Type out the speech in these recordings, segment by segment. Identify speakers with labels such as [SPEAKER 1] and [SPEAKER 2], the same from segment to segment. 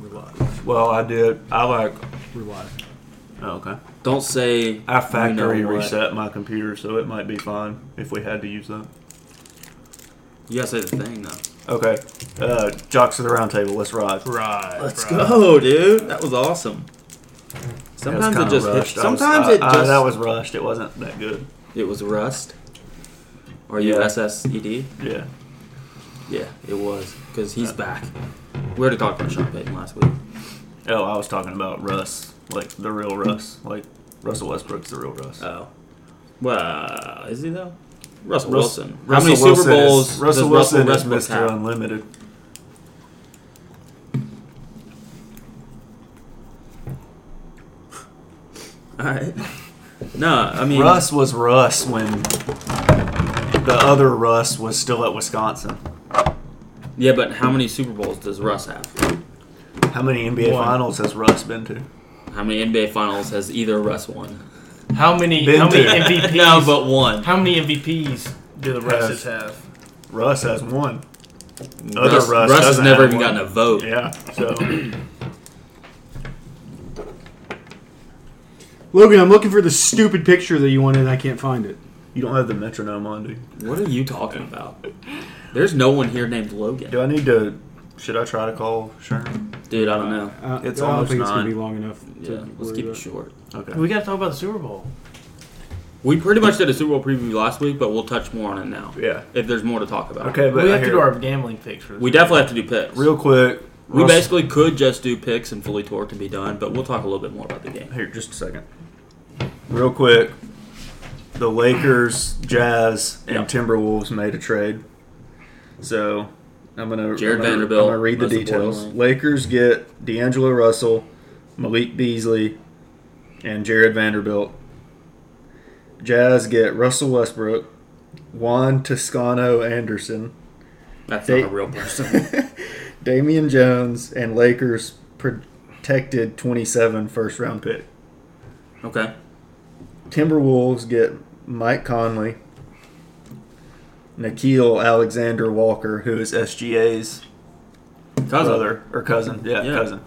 [SPEAKER 1] Rewind.
[SPEAKER 2] Well, I did. I like.
[SPEAKER 1] Rewind.
[SPEAKER 2] Oh, okay.
[SPEAKER 3] Don't say
[SPEAKER 2] I
[SPEAKER 3] we
[SPEAKER 2] factory
[SPEAKER 3] know what.
[SPEAKER 2] reset my computer, so it might be fine if we had to use that.
[SPEAKER 3] You gotta say the thing though.
[SPEAKER 2] Okay. Uh, jocks of the round table. Let's ride.
[SPEAKER 1] Right.
[SPEAKER 3] Let's
[SPEAKER 1] right.
[SPEAKER 3] go, dude. That was awesome. Sometimes it
[SPEAKER 2] kinda
[SPEAKER 3] just
[SPEAKER 2] rushed.
[SPEAKER 3] hits.
[SPEAKER 2] I was-
[SPEAKER 3] Sometimes
[SPEAKER 2] I-
[SPEAKER 3] it
[SPEAKER 2] I-
[SPEAKER 3] just.
[SPEAKER 2] that was rushed. It wasn't that good.
[SPEAKER 3] It was rust. Or
[SPEAKER 2] Yeah.
[SPEAKER 3] U S S E D. Uh.
[SPEAKER 2] Yeah.
[SPEAKER 3] Yeah, it was because he's
[SPEAKER 2] Yeah.
[SPEAKER 3] back. We already talked about Sean Payton last week.
[SPEAKER 2] Oh, I was talking about Russ, like the real Russ, like Russell Westbrook's the real Russ.
[SPEAKER 3] Oh, well, uh, is he though? Russell
[SPEAKER 2] Russ-
[SPEAKER 3] Wilson. How
[SPEAKER 2] Russell
[SPEAKER 3] many
[SPEAKER 2] Wilson
[SPEAKER 3] Super
[SPEAKER 2] is-
[SPEAKER 3] Bowls
[SPEAKER 2] Russell
[SPEAKER 3] does Russell
[SPEAKER 2] Wilson
[SPEAKER 3] Westbrook
[SPEAKER 2] is Mr.
[SPEAKER 3] have?
[SPEAKER 2] Unlimited.
[SPEAKER 3] All right. No, I mean
[SPEAKER 2] Russ was Russ when the other Russ was still at Wisconsin.
[SPEAKER 3] Yeah, but how many Super Bowls does Russ have?
[SPEAKER 2] How many NBA
[SPEAKER 1] One.
[SPEAKER 2] finals has Russ been to?
[SPEAKER 3] How many NBA Finals has either Russ won?
[SPEAKER 1] How many?
[SPEAKER 2] Been
[SPEAKER 1] How many
[SPEAKER 2] to.
[SPEAKER 1] MVPs?
[SPEAKER 3] no, but one.
[SPEAKER 1] how many MVPs do the Russes have?
[SPEAKER 2] Russ has one. Other Russ,
[SPEAKER 3] has
[SPEAKER 2] doesn't
[SPEAKER 3] never
[SPEAKER 2] have
[SPEAKER 3] even
[SPEAKER 2] one.
[SPEAKER 3] gotten a vote.
[SPEAKER 2] Yeah. So
[SPEAKER 4] Logan, I'm looking for the stupid picture that you wanted and I can't find it.
[SPEAKER 2] you don't have the metronome on, do you?
[SPEAKER 3] What are you talking about? There's no one here named Logan,
[SPEAKER 2] Do I need to? Should I try to call Sherm?
[SPEAKER 3] dude. I don't know.
[SPEAKER 4] Uh,
[SPEAKER 2] It's
[SPEAKER 4] I don't
[SPEAKER 2] almost
[SPEAKER 4] think it's going
[SPEAKER 2] nine.
[SPEAKER 4] to be long enough. To
[SPEAKER 3] Yeah, let's
[SPEAKER 4] worry
[SPEAKER 3] keep it
[SPEAKER 4] about.
[SPEAKER 3] short.
[SPEAKER 2] Okay.
[SPEAKER 1] We got to talk about the Super Bowl.
[SPEAKER 3] We pretty much did a Super Bowl preview last week, but we'll touch more on it now
[SPEAKER 2] Yeah.
[SPEAKER 3] if there's more to talk about.
[SPEAKER 2] Okay, but
[SPEAKER 1] we have
[SPEAKER 2] here,
[SPEAKER 1] to do our gambling picks. For
[SPEAKER 3] We definitely have to do picks.
[SPEAKER 2] real quick.
[SPEAKER 3] we
[SPEAKER 2] Russ-
[SPEAKER 3] basically could just do picks and fully tour can be done, but we'll talk a little bit more about the game.
[SPEAKER 2] Here, just a second. Real quick, the Lakers, Jazz, and
[SPEAKER 3] Yeah.
[SPEAKER 2] Timberwolves made a trade. So I'm gonna
[SPEAKER 3] Jared
[SPEAKER 2] I'm gonna-
[SPEAKER 3] Vanderbilt,
[SPEAKER 2] I'm gonna read the
[SPEAKER 3] most
[SPEAKER 2] details.
[SPEAKER 3] importantly.
[SPEAKER 2] Lakers get D'Angelo Russell, Malik Beasley, and Jared Vanderbilt. Jazz get Russell Westbrook, Juan Toscano Anderson,
[SPEAKER 3] That's
[SPEAKER 2] They-
[SPEAKER 3] not a real person.
[SPEAKER 2] Damian Jones, and Lakers protected 27 first round pick.
[SPEAKER 3] okay.
[SPEAKER 2] Timberwolves get Mike Conley, Nikhil Alexander Walker, who is SGA's
[SPEAKER 3] Cousin.
[SPEAKER 2] brother or cousin. Yeah,
[SPEAKER 3] Yeah.
[SPEAKER 2] cousin.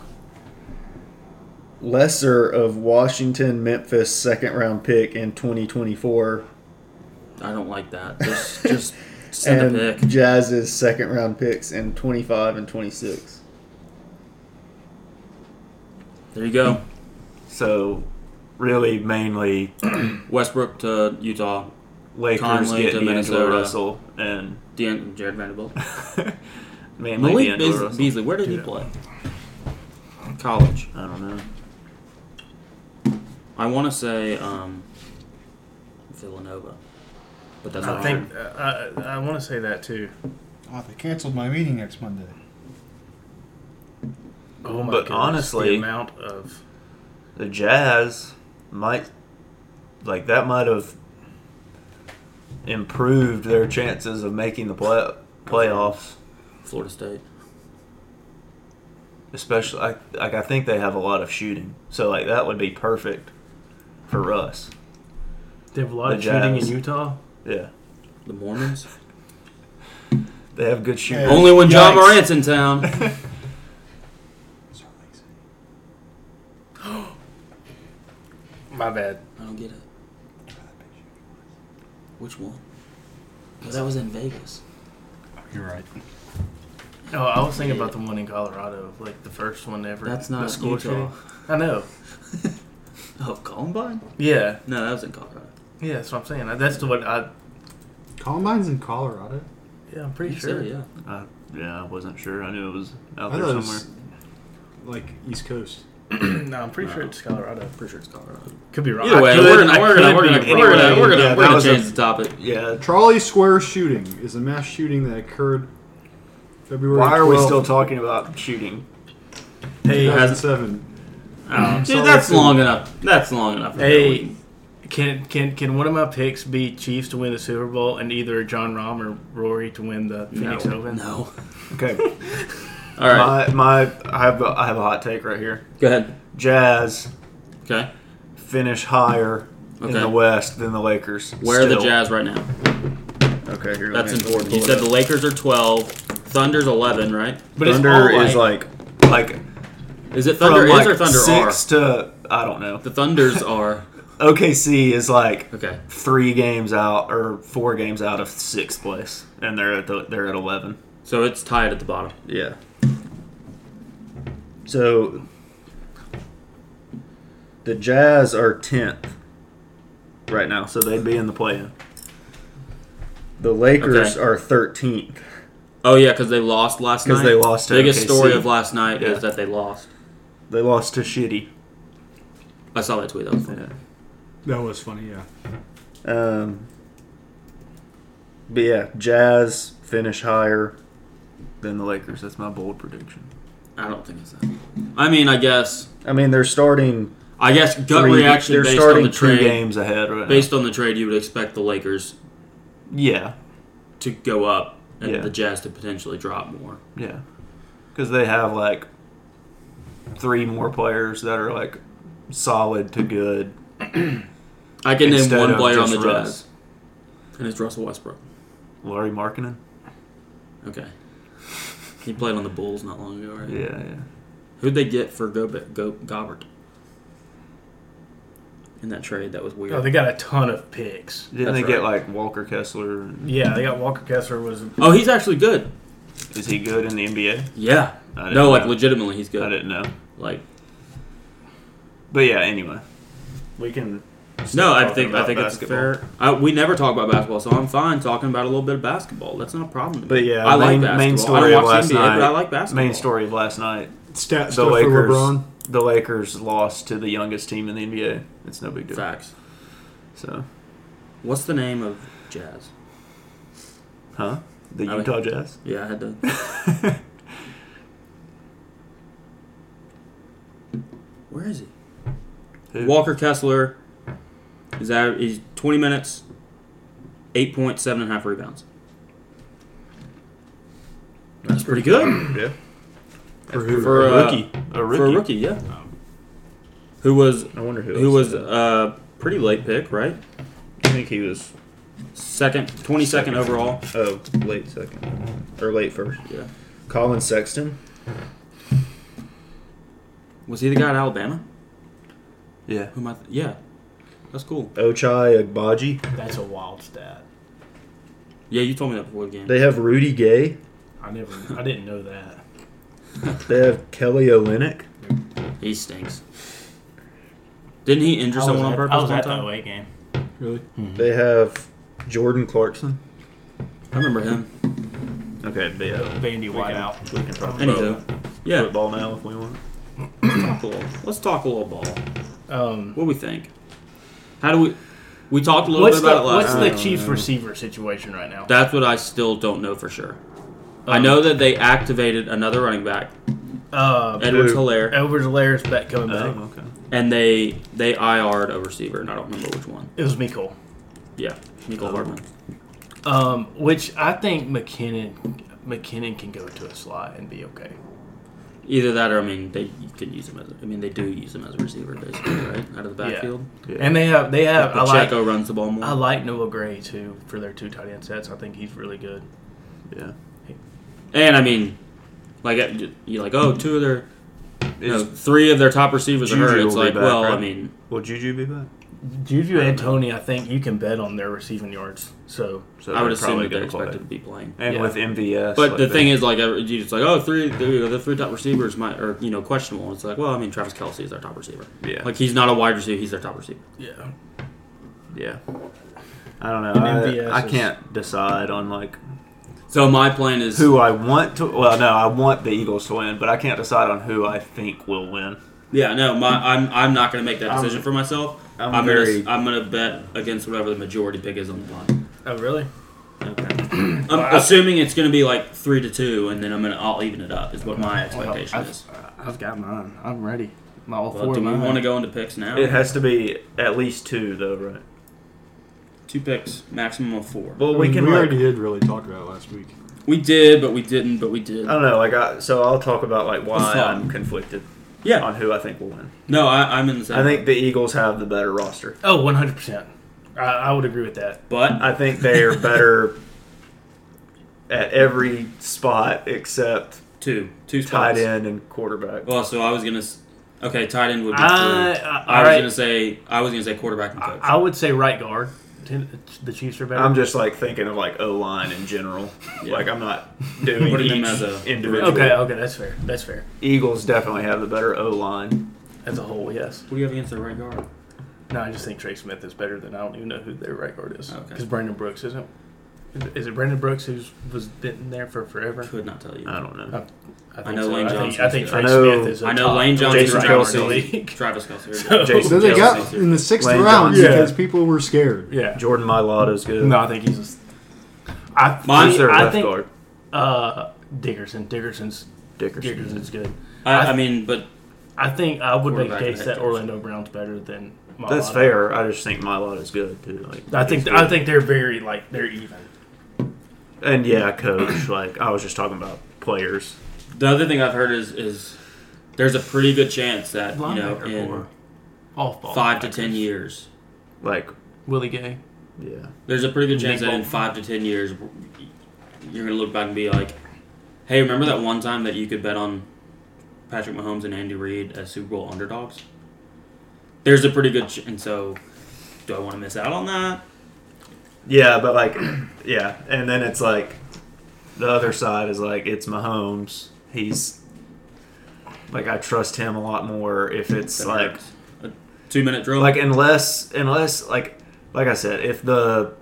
[SPEAKER 2] Lesser of Washington, Memphis second round pick in 2024,
[SPEAKER 3] I don't like that. Just, just send a
[SPEAKER 2] and
[SPEAKER 3] pick.
[SPEAKER 2] Jazz's second round picks in 25 and 26.
[SPEAKER 3] There you go.
[SPEAKER 2] So, really, mainly
[SPEAKER 3] Westbrook to Utah.
[SPEAKER 2] Lakers
[SPEAKER 3] Conley
[SPEAKER 2] get
[SPEAKER 3] to
[SPEAKER 2] D'Angelo
[SPEAKER 3] Minnesota.
[SPEAKER 2] Russell and
[SPEAKER 3] Dan, Jared Vanderbilt.
[SPEAKER 2] mainly
[SPEAKER 3] Malik
[SPEAKER 2] D'Angelo
[SPEAKER 3] Beasley,
[SPEAKER 2] Russell.
[SPEAKER 3] Beasley. Where did he
[SPEAKER 2] Dude,
[SPEAKER 3] play? College.
[SPEAKER 2] I don't know.
[SPEAKER 3] I want to say um, Villanova, but that's
[SPEAKER 1] I
[SPEAKER 3] not
[SPEAKER 1] think uh, I, I want to say that too.
[SPEAKER 5] Oh, they canceled my meeting next Monday.
[SPEAKER 1] Oh my
[SPEAKER 2] But
[SPEAKER 1] goodness,
[SPEAKER 2] honestly-
[SPEAKER 1] the amount of
[SPEAKER 2] the Jazz might like that might have improved their chances of making the play- playoffs.
[SPEAKER 3] Florida State.
[SPEAKER 2] Especially, I, like I think they have a lot of shooting, so like that would be perfect for us.
[SPEAKER 1] they have a lot
[SPEAKER 2] The
[SPEAKER 1] of shooting in
[SPEAKER 2] Jazz.
[SPEAKER 1] Utah.
[SPEAKER 2] Yeah,
[SPEAKER 3] The Mormons.
[SPEAKER 2] they have good shooting.
[SPEAKER 3] Only when
[SPEAKER 5] Yikes.
[SPEAKER 3] John Morant's in town.
[SPEAKER 1] My bad.
[SPEAKER 3] I don't get it. Which one? Because that was in Vegas.
[SPEAKER 5] You're right.
[SPEAKER 1] Oh, I was thinking about the one in Colorado, like the first one ever.
[SPEAKER 3] That's
[SPEAKER 1] the
[SPEAKER 3] not
[SPEAKER 1] school
[SPEAKER 3] Utah.
[SPEAKER 1] shooting. I know.
[SPEAKER 3] Oh, Columbine?
[SPEAKER 1] Yeah,
[SPEAKER 3] No, that was in Colorado.
[SPEAKER 1] yeah. That's what I'm saying. That's the one I.
[SPEAKER 4] Columbine's in Colorado.
[SPEAKER 1] Yeah, I'm pretty
[SPEAKER 3] You
[SPEAKER 1] sure.
[SPEAKER 3] said it, yeah.
[SPEAKER 2] I, yeah, I wasn't sure. I knew it was out
[SPEAKER 4] I
[SPEAKER 2] there
[SPEAKER 4] thought it
[SPEAKER 2] somewhere.
[SPEAKER 4] was like East Coast.
[SPEAKER 1] no, I'm pretty sure it's Colorado.
[SPEAKER 3] Pretty sure it's Colorado.
[SPEAKER 1] Could be wrong.
[SPEAKER 3] Either
[SPEAKER 1] I
[SPEAKER 3] way,
[SPEAKER 1] could-
[SPEAKER 3] we're gonna
[SPEAKER 1] I
[SPEAKER 3] we're gonna
[SPEAKER 1] could be
[SPEAKER 3] we're gonna
[SPEAKER 1] wrong.
[SPEAKER 2] Yeah,
[SPEAKER 3] we're gonna we're gonna,
[SPEAKER 2] that
[SPEAKER 3] we're gonna
[SPEAKER 2] was a-
[SPEAKER 3] change the topic.
[SPEAKER 2] yeah.
[SPEAKER 4] Trolley Square shooting is a mass shooting that occurred February.
[SPEAKER 2] Why are we
[SPEAKER 4] 12th,
[SPEAKER 2] still talking about shooting?
[SPEAKER 1] Hey,
[SPEAKER 4] 2007.
[SPEAKER 3] Oh, dude,
[SPEAKER 4] sorry,
[SPEAKER 3] that's
[SPEAKER 4] too.
[SPEAKER 3] long enough. That's long enough. for that
[SPEAKER 1] Hey,
[SPEAKER 3] week.
[SPEAKER 1] can can can one of my picks be Chiefs to win the Super Bowl and either John Rahm or Rory to win the Phoenix
[SPEAKER 3] no,
[SPEAKER 1] Open?
[SPEAKER 3] No.
[SPEAKER 2] Okay,
[SPEAKER 3] All right,
[SPEAKER 2] my my I have a, I have a hot take right here.
[SPEAKER 3] go ahead.
[SPEAKER 2] Jazz
[SPEAKER 3] Okay,
[SPEAKER 2] finish higher in
[SPEAKER 3] Okay.
[SPEAKER 2] the West than the Lakers.
[SPEAKER 3] where are the
[SPEAKER 2] Still.
[SPEAKER 3] Jazz right now?
[SPEAKER 2] Okay, here. let
[SPEAKER 3] That's
[SPEAKER 2] me-
[SPEAKER 3] important. You said the Lakers are twelve, Thunder's eleven, right?
[SPEAKER 1] But
[SPEAKER 2] Thunder
[SPEAKER 1] it's all
[SPEAKER 2] is
[SPEAKER 1] like,
[SPEAKER 2] like like
[SPEAKER 3] Is it Thunder
[SPEAKER 2] from
[SPEAKER 3] is
[SPEAKER 2] like
[SPEAKER 3] or Thunder
[SPEAKER 2] six to I don't know.
[SPEAKER 3] are? The Thunders are.
[SPEAKER 2] OKC is like
[SPEAKER 3] Okay.
[SPEAKER 2] three games out or four games out of sixth place, and they're at the, they're at eleven.
[SPEAKER 3] So it's tied at the bottom.
[SPEAKER 2] Yeah. So the Jazz are tenth right now, so they'd be in the play-in. The Lakers
[SPEAKER 3] Okay.
[SPEAKER 2] are thirteenth.
[SPEAKER 3] Oh yeah, because they lost last night.
[SPEAKER 2] 'Cause they lost to
[SPEAKER 3] Biggest
[SPEAKER 2] OKC.
[SPEAKER 3] story of last night
[SPEAKER 2] Yeah.
[SPEAKER 3] is that they lost.
[SPEAKER 2] They lost to Shitty.
[SPEAKER 3] I saw that tweet. That was funny.
[SPEAKER 2] Yeah.
[SPEAKER 4] That was funny, yeah.
[SPEAKER 2] Um, but yeah, Jazz finish higher than the Lakers. That's my bold prediction.
[SPEAKER 3] I don't think it's that. I mean, I guess.
[SPEAKER 2] I mean, they're starting
[SPEAKER 3] I guess gut
[SPEAKER 2] three,
[SPEAKER 3] reaction
[SPEAKER 2] They're
[SPEAKER 3] based
[SPEAKER 2] starting
[SPEAKER 3] on the
[SPEAKER 2] two
[SPEAKER 3] trade.
[SPEAKER 2] games ahead right now.
[SPEAKER 3] Based on the trade, you would expect the Lakers
[SPEAKER 2] Yeah,
[SPEAKER 3] to go up and
[SPEAKER 2] Yeah.
[SPEAKER 3] the Jazz to potentially drop more.
[SPEAKER 2] yeah, because they have like three more players that are like solid to good.
[SPEAKER 3] I can name
[SPEAKER 2] Instead
[SPEAKER 3] one
[SPEAKER 2] of
[SPEAKER 3] player on the
[SPEAKER 2] just Russ.
[SPEAKER 3] Jazz, and it's Russell Westbrook.
[SPEAKER 2] Larry Markkinen.
[SPEAKER 3] Okay. He played on the Bulls not long ago, right?
[SPEAKER 2] Yeah, yeah.
[SPEAKER 3] Who'd they get for Go- Go- Gobert? In that trade, that was weird.
[SPEAKER 1] Oh, they got a ton of picks.
[SPEAKER 2] Didn't
[SPEAKER 3] That's
[SPEAKER 2] they get
[SPEAKER 3] right.
[SPEAKER 2] like Walker Kessler? and-
[SPEAKER 1] Yeah, they got Walker Kessler was
[SPEAKER 3] oh, he's actually good.
[SPEAKER 2] Is he good in the NBA?
[SPEAKER 3] Yeah.
[SPEAKER 2] I
[SPEAKER 3] No,
[SPEAKER 2] didn't
[SPEAKER 3] like
[SPEAKER 2] know.
[SPEAKER 3] legitimately, he's
[SPEAKER 2] I
[SPEAKER 3] good.
[SPEAKER 2] didn't know.
[SPEAKER 3] Like
[SPEAKER 2] But yeah, anyway, we can.
[SPEAKER 3] no, I
[SPEAKER 2] talking
[SPEAKER 3] think I
[SPEAKER 2] about
[SPEAKER 3] think it's
[SPEAKER 2] basketball.
[SPEAKER 3] fair. I, we never talk about basketball, so I'm fine talking about a little bit of basketball. That's not a problem. to me.
[SPEAKER 2] But yeah,
[SPEAKER 3] I
[SPEAKER 2] main-
[SPEAKER 3] like
[SPEAKER 2] main story
[SPEAKER 3] basketball. I
[SPEAKER 2] of
[SPEAKER 3] don't watch
[SPEAKER 2] last
[SPEAKER 3] the NBA,
[SPEAKER 2] night-
[SPEAKER 3] but I like basketball.
[SPEAKER 2] Main story of last night:
[SPEAKER 4] Stat
[SPEAKER 2] the
[SPEAKER 4] stuff for
[SPEAKER 2] Lakers.
[SPEAKER 4] LeBron.
[SPEAKER 2] The Lakers lost to the youngest team in the NBA. It's no big deal.
[SPEAKER 3] Facts.
[SPEAKER 2] So,
[SPEAKER 3] What's the name of Jazz?
[SPEAKER 2] huh? The
[SPEAKER 3] I like-
[SPEAKER 2] Utah Jazz.
[SPEAKER 3] Yeah, I had to. Where is he?
[SPEAKER 2] Who?
[SPEAKER 3] Walker Kessler is out. He's 20 minutes, eight point seven and a half rebounds. That's pretty good
[SPEAKER 2] Yeah.
[SPEAKER 4] For who?
[SPEAKER 3] for
[SPEAKER 2] a
[SPEAKER 3] uh,
[SPEAKER 2] rookie. A rookie.
[SPEAKER 3] for a rookie. Yeah. Who was
[SPEAKER 2] I wonder who.
[SPEAKER 3] who was
[SPEAKER 2] that.
[SPEAKER 3] a pretty late pick, right?
[SPEAKER 2] I think he was
[SPEAKER 3] Second, 22nd
[SPEAKER 2] Second.
[SPEAKER 3] overall.
[SPEAKER 2] oh late second or late first.
[SPEAKER 3] Yeah.
[SPEAKER 2] Colin Sexton.
[SPEAKER 3] Was he the guy at Alabama?
[SPEAKER 2] Yeah.
[SPEAKER 3] Who am I? Th- yeah. That's cool.
[SPEAKER 2] Ochai Agbaji.
[SPEAKER 1] that's a wild stat.
[SPEAKER 3] Yeah, you told me that before the game.
[SPEAKER 2] They have Rudy Gay.
[SPEAKER 1] I never I didn't know that.
[SPEAKER 2] They have Kelly Olynyk.
[SPEAKER 3] He stinks. Didn't he injure someone on purpose
[SPEAKER 1] I was
[SPEAKER 3] one
[SPEAKER 1] at that
[SPEAKER 3] time?
[SPEAKER 1] away game.
[SPEAKER 4] Really?
[SPEAKER 2] They have Jordan Clarkson.
[SPEAKER 3] I remember him.
[SPEAKER 2] Okay, but yeah.
[SPEAKER 1] Bandy White out.
[SPEAKER 2] We can talk about
[SPEAKER 3] Anywho, yeah.
[SPEAKER 2] football now if we want.
[SPEAKER 3] Let's talk, a little, let's talk a little ball.
[SPEAKER 1] Um,
[SPEAKER 3] What do we think? How do we? We talked a little
[SPEAKER 1] what's
[SPEAKER 3] bit
[SPEAKER 1] the,
[SPEAKER 3] about it last.
[SPEAKER 1] what's
[SPEAKER 3] time.
[SPEAKER 1] the Chiefs receiver situation right now?
[SPEAKER 3] That's what I still don't know for sure.
[SPEAKER 1] Um,
[SPEAKER 3] I know that they activated another running back,
[SPEAKER 1] Uh,
[SPEAKER 3] Edwards
[SPEAKER 2] Who?
[SPEAKER 3] Hilaire,
[SPEAKER 1] Edwards Laird's back coming
[SPEAKER 3] Uh,
[SPEAKER 1] back.
[SPEAKER 2] Oh, okay.
[SPEAKER 3] and they they IR'd a receiver, and I don't remember which one.
[SPEAKER 1] It was Miko.
[SPEAKER 3] Yeah, Nicole Hartman.
[SPEAKER 1] Um, which I think McKinnon McKinnon can go to a slot and be okay.
[SPEAKER 3] Either that, or I mean, they you could use him as. I mean, they do use him as a receiver, basically, right? Out of the
[SPEAKER 1] Yeah.
[SPEAKER 3] backfield.
[SPEAKER 2] Yeah.
[SPEAKER 1] And they have they have I like
[SPEAKER 3] Pacheco runs the ball more.
[SPEAKER 1] I like Noah Gray too for their two tight end sets. I think he's really good.
[SPEAKER 2] yeah.
[SPEAKER 3] And I mean, like you're like, oh, two of their, you know,
[SPEAKER 2] Is-
[SPEAKER 3] three of their top receivers are
[SPEAKER 2] Juju
[SPEAKER 3] hurt. It's
[SPEAKER 2] will be
[SPEAKER 3] like,
[SPEAKER 2] back,
[SPEAKER 3] well, I
[SPEAKER 2] right?
[SPEAKER 3] mean,
[SPEAKER 2] Will Juju be back?
[SPEAKER 1] Juju and Tony, I think you can bet on their receiving yards. So
[SPEAKER 2] So
[SPEAKER 3] I would
[SPEAKER 2] they're
[SPEAKER 3] assume
[SPEAKER 2] probably
[SPEAKER 3] that they're
[SPEAKER 2] gonna play.
[SPEAKER 3] expected to be playing.
[SPEAKER 2] And
[SPEAKER 1] Yeah.
[SPEAKER 2] with MVS,
[SPEAKER 3] But
[SPEAKER 2] like
[SPEAKER 3] the
[SPEAKER 2] they-
[SPEAKER 3] thing is, like, every- you just like, oh, three, the, the three top receivers might are you know questionable. It's like, well, I mean, Travis Kelsey is their top receiver.
[SPEAKER 2] yeah,
[SPEAKER 3] Like, he's not a wide receiver; he's their top receiver.
[SPEAKER 1] yeah,
[SPEAKER 2] yeah, I don't
[SPEAKER 1] And
[SPEAKER 2] know.
[SPEAKER 1] MVS
[SPEAKER 2] I, I
[SPEAKER 1] is-
[SPEAKER 2] can't decide on like
[SPEAKER 3] So my plan is,
[SPEAKER 2] who I want to. Well, no, I want the Eagles to win, but I can't decide on who I think will win.
[SPEAKER 3] yeah, no, my I'm I'm not going to make that
[SPEAKER 2] I'm-
[SPEAKER 3] decision for myself.
[SPEAKER 2] I'm
[SPEAKER 3] I'm
[SPEAKER 2] very-
[SPEAKER 3] gonna I'm gonna bet against whatever the majority pick is on the pod.
[SPEAKER 1] Oh really?
[SPEAKER 2] Okay.
[SPEAKER 3] I'm assuming it's going to be like three to two, and then I'm gonna I'll even it up. Is what my expectation
[SPEAKER 1] I've,
[SPEAKER 3] is.
[SPEAKER 1] I've got mine. I'm ready. My all
[SPEAKER 3] Well,
[SPEAKER 1] four.
[SPEAKER 3] do
[SPEAKER 1] of
[SPEAKER 3] we
[SPEAKER 1] mine.
[SPEAKER 3] want to go into picks now?
[SPEAKER 2] It has to be at least two, though, right?
[SPEAKER 3] Two picks, maximum of four.
[SPEAKER 2] Well,
[SPEAKER 4] I
[SPEAKER 2] we
[SPEAKER 4] mean,
[SPEAKER 2] can.
[SPEAKER 4] Mm, we
[SPEAKER 2] like,
[SPEAKER 4] already did really talk about it last week.
[SPEAKER 3] We did, but we didn't, but we did.
[SPEAKER 2] I don't know. Like, I, so I'll talk about like
[SPEAKER 3] Let's
[SPEAKER 2] why
[SPEAKER 3] talk.
[SPEAKER 2] I'm conflicted
[SPEAKER 3] Yeah.
[SPEAKER 2] on who I think will win.
[SPEAKER 3] No, I, I'm in the same.
[SPEAKER 2] I think the Eagles have the better roster.
[SPEAKER 1] Oh, 100. percent I, I would agree with that.
[SPEAKER 3] But
[SPEAKER 2] I think they are better at every spot except
[SPEAKER 3] two, two spots.
[SPEAKER 2] tight end and quarterback.
[SPEAKER 3] Well, so I was gonna. s- Okay, tight end would be
[SPEAKER 1] I,
[SPEAKER 3] three.
[SPEAKER 1] I,
[SPEAKER 3] I
[SPEAKER 1] Uh, all
[SPEAKER 3] was
[SPEAKER 1] right,
[SPEAKER 3] gonna say I was gonna say quarterback and coach.
[SPEAKER 1] I, I would say right guard. Ten- The Chiefs are better.
[SPEAKER 2] I'm just like thinking of like O line in general.
[SPEAKER 3] Yeah.
[SPEAKER 2] Like I'm not doing
[SPEAKER 3] Putting
[SPEAKER 2] each
[SPEAKER 3] them as a-
[SPEAKER 2] individual.
[SPEAKER 1] okay. Okay, that's fair. That's fair.
[SPEAKER 2] Eagles definitely have the better O line.
[SPEAKER 1] As a whole, yes.
[SPEAKER 3] what do you have against the right guard?
[SPEAKER 1] No, I just think Trey Smith is better than I don't even know who their right guard is.
[SPEAKER 3] Okay.
[SPEAKER 1] Because Brandon Brooks isn't. Is it Brandon Brooks who's was been there for forever?
[SPEAKER 3] Could not tell you.
[SPEAKER 2] I don't know.
[SPEAKER 1] I think
[SPEAKER 3] I know Lane
[SPEAKER 1] I think-
[SPEAKER 3] Johnson's
[SPEAKER 1] I think
[SPEAKER 3] good.
[SPEAKER 1] Trey
[SPEAKER 2] I know-
[SPEAKER 1] Smith is. a
[SPEAKER 3] I know
[SPEAKER 1] top
[SPEAKER 3] Lane Johnson,
[SPEAKER 1] Jason
[SPEAKER 2] Travis
[SPEAKER 1] Kelsey.
[SPEAKER 3] Travis Kelsey.
[SPEAKER 1] So-
[SPEAKER 2] Jason
[SPEAKER 4] Then they got
[SPEAKER 3] Kelsey.
[SPEAKER 4] in the sixth
[SPEAKER 2] Lane
[SPEAKER 4] round
[SPEAKER 1] Johnson.
[SPEAKER 4] because people were scared.
[SPEAKER 1] yeah.
[SPEAKER 2] Jordan Mailata's good.
[SPEAKER 1] No, I think he's. Just, I,
[SPEAKER 3] Mine's
[SPEAKER 2] Who's their
[SPEAKER 1] I
[SPEAKER 2] left
[SPEAKER 1] think
[SPEAKER 2] guard?
[SPEAKER 1] uh, Dickerson. Dickerson's
[SPEAKER 2] Dickerson.
[SPEAKER 1] Dickerson's good.
[SPEAKER 3] I, I mean, but
[SPEAKER 1] I think I would make a
[SPEAKER 3] Quarterback
[SPEAKER 1] case
[SPEAKER 3] and
[SPEAKER 1] that
[SPEAKER 3] head coach.
[SPEAKER 1] Orlando Brown's better than. Mailata.
[SPEAKER 2] That's fair. I just think Mailata's good too. Like
[SPEAKER 1] I think
[SPEAKER 2] he's
[SPEAKER 1] I
[SPEAKER 2] good.
[SPEAKER 1] think they're very like they're even.
[SPEAKER 2] and yeah, coach. Like I was just talking about players.
[SPEAKER 3] the other thing I've heard is is there's a pretty good chance that you know
[SPEAKER 1] Linebacker
[SPEAKER 3] in
[SPEAKER 1] core. Off ball.
[SPEAKER 3] five to ten years,
[SPEAKER 2] Like
[SPEAKER 1] Willie Gay.
[SPEAKER 2] yeah,
[SPEAKER 3] there's a pretty good chance
[SPEAKER 1] Big
[SPEAKER 3] that in
[SPEAKER 1] ball.
[SPEAKER 3] five to ten years, you're gonna look back and be like, hey, remember that one time that you could bet on Patrick Mahomes and Andy Reid as Super Bowl underdogs? There's a pretty good, ch- and so do I want to miss out on that?
[SPEAKER 2] yeah. But like yeah, and then it's like the other side is like it's Mahomes. He's like I trust him a lot more if it's
[SPEAKER 3] That
[SPEAKER 2] like
[SPEAKER 3] hurts. a two minute drill.
[SPEAKER 2] like unless unless like like I said, if the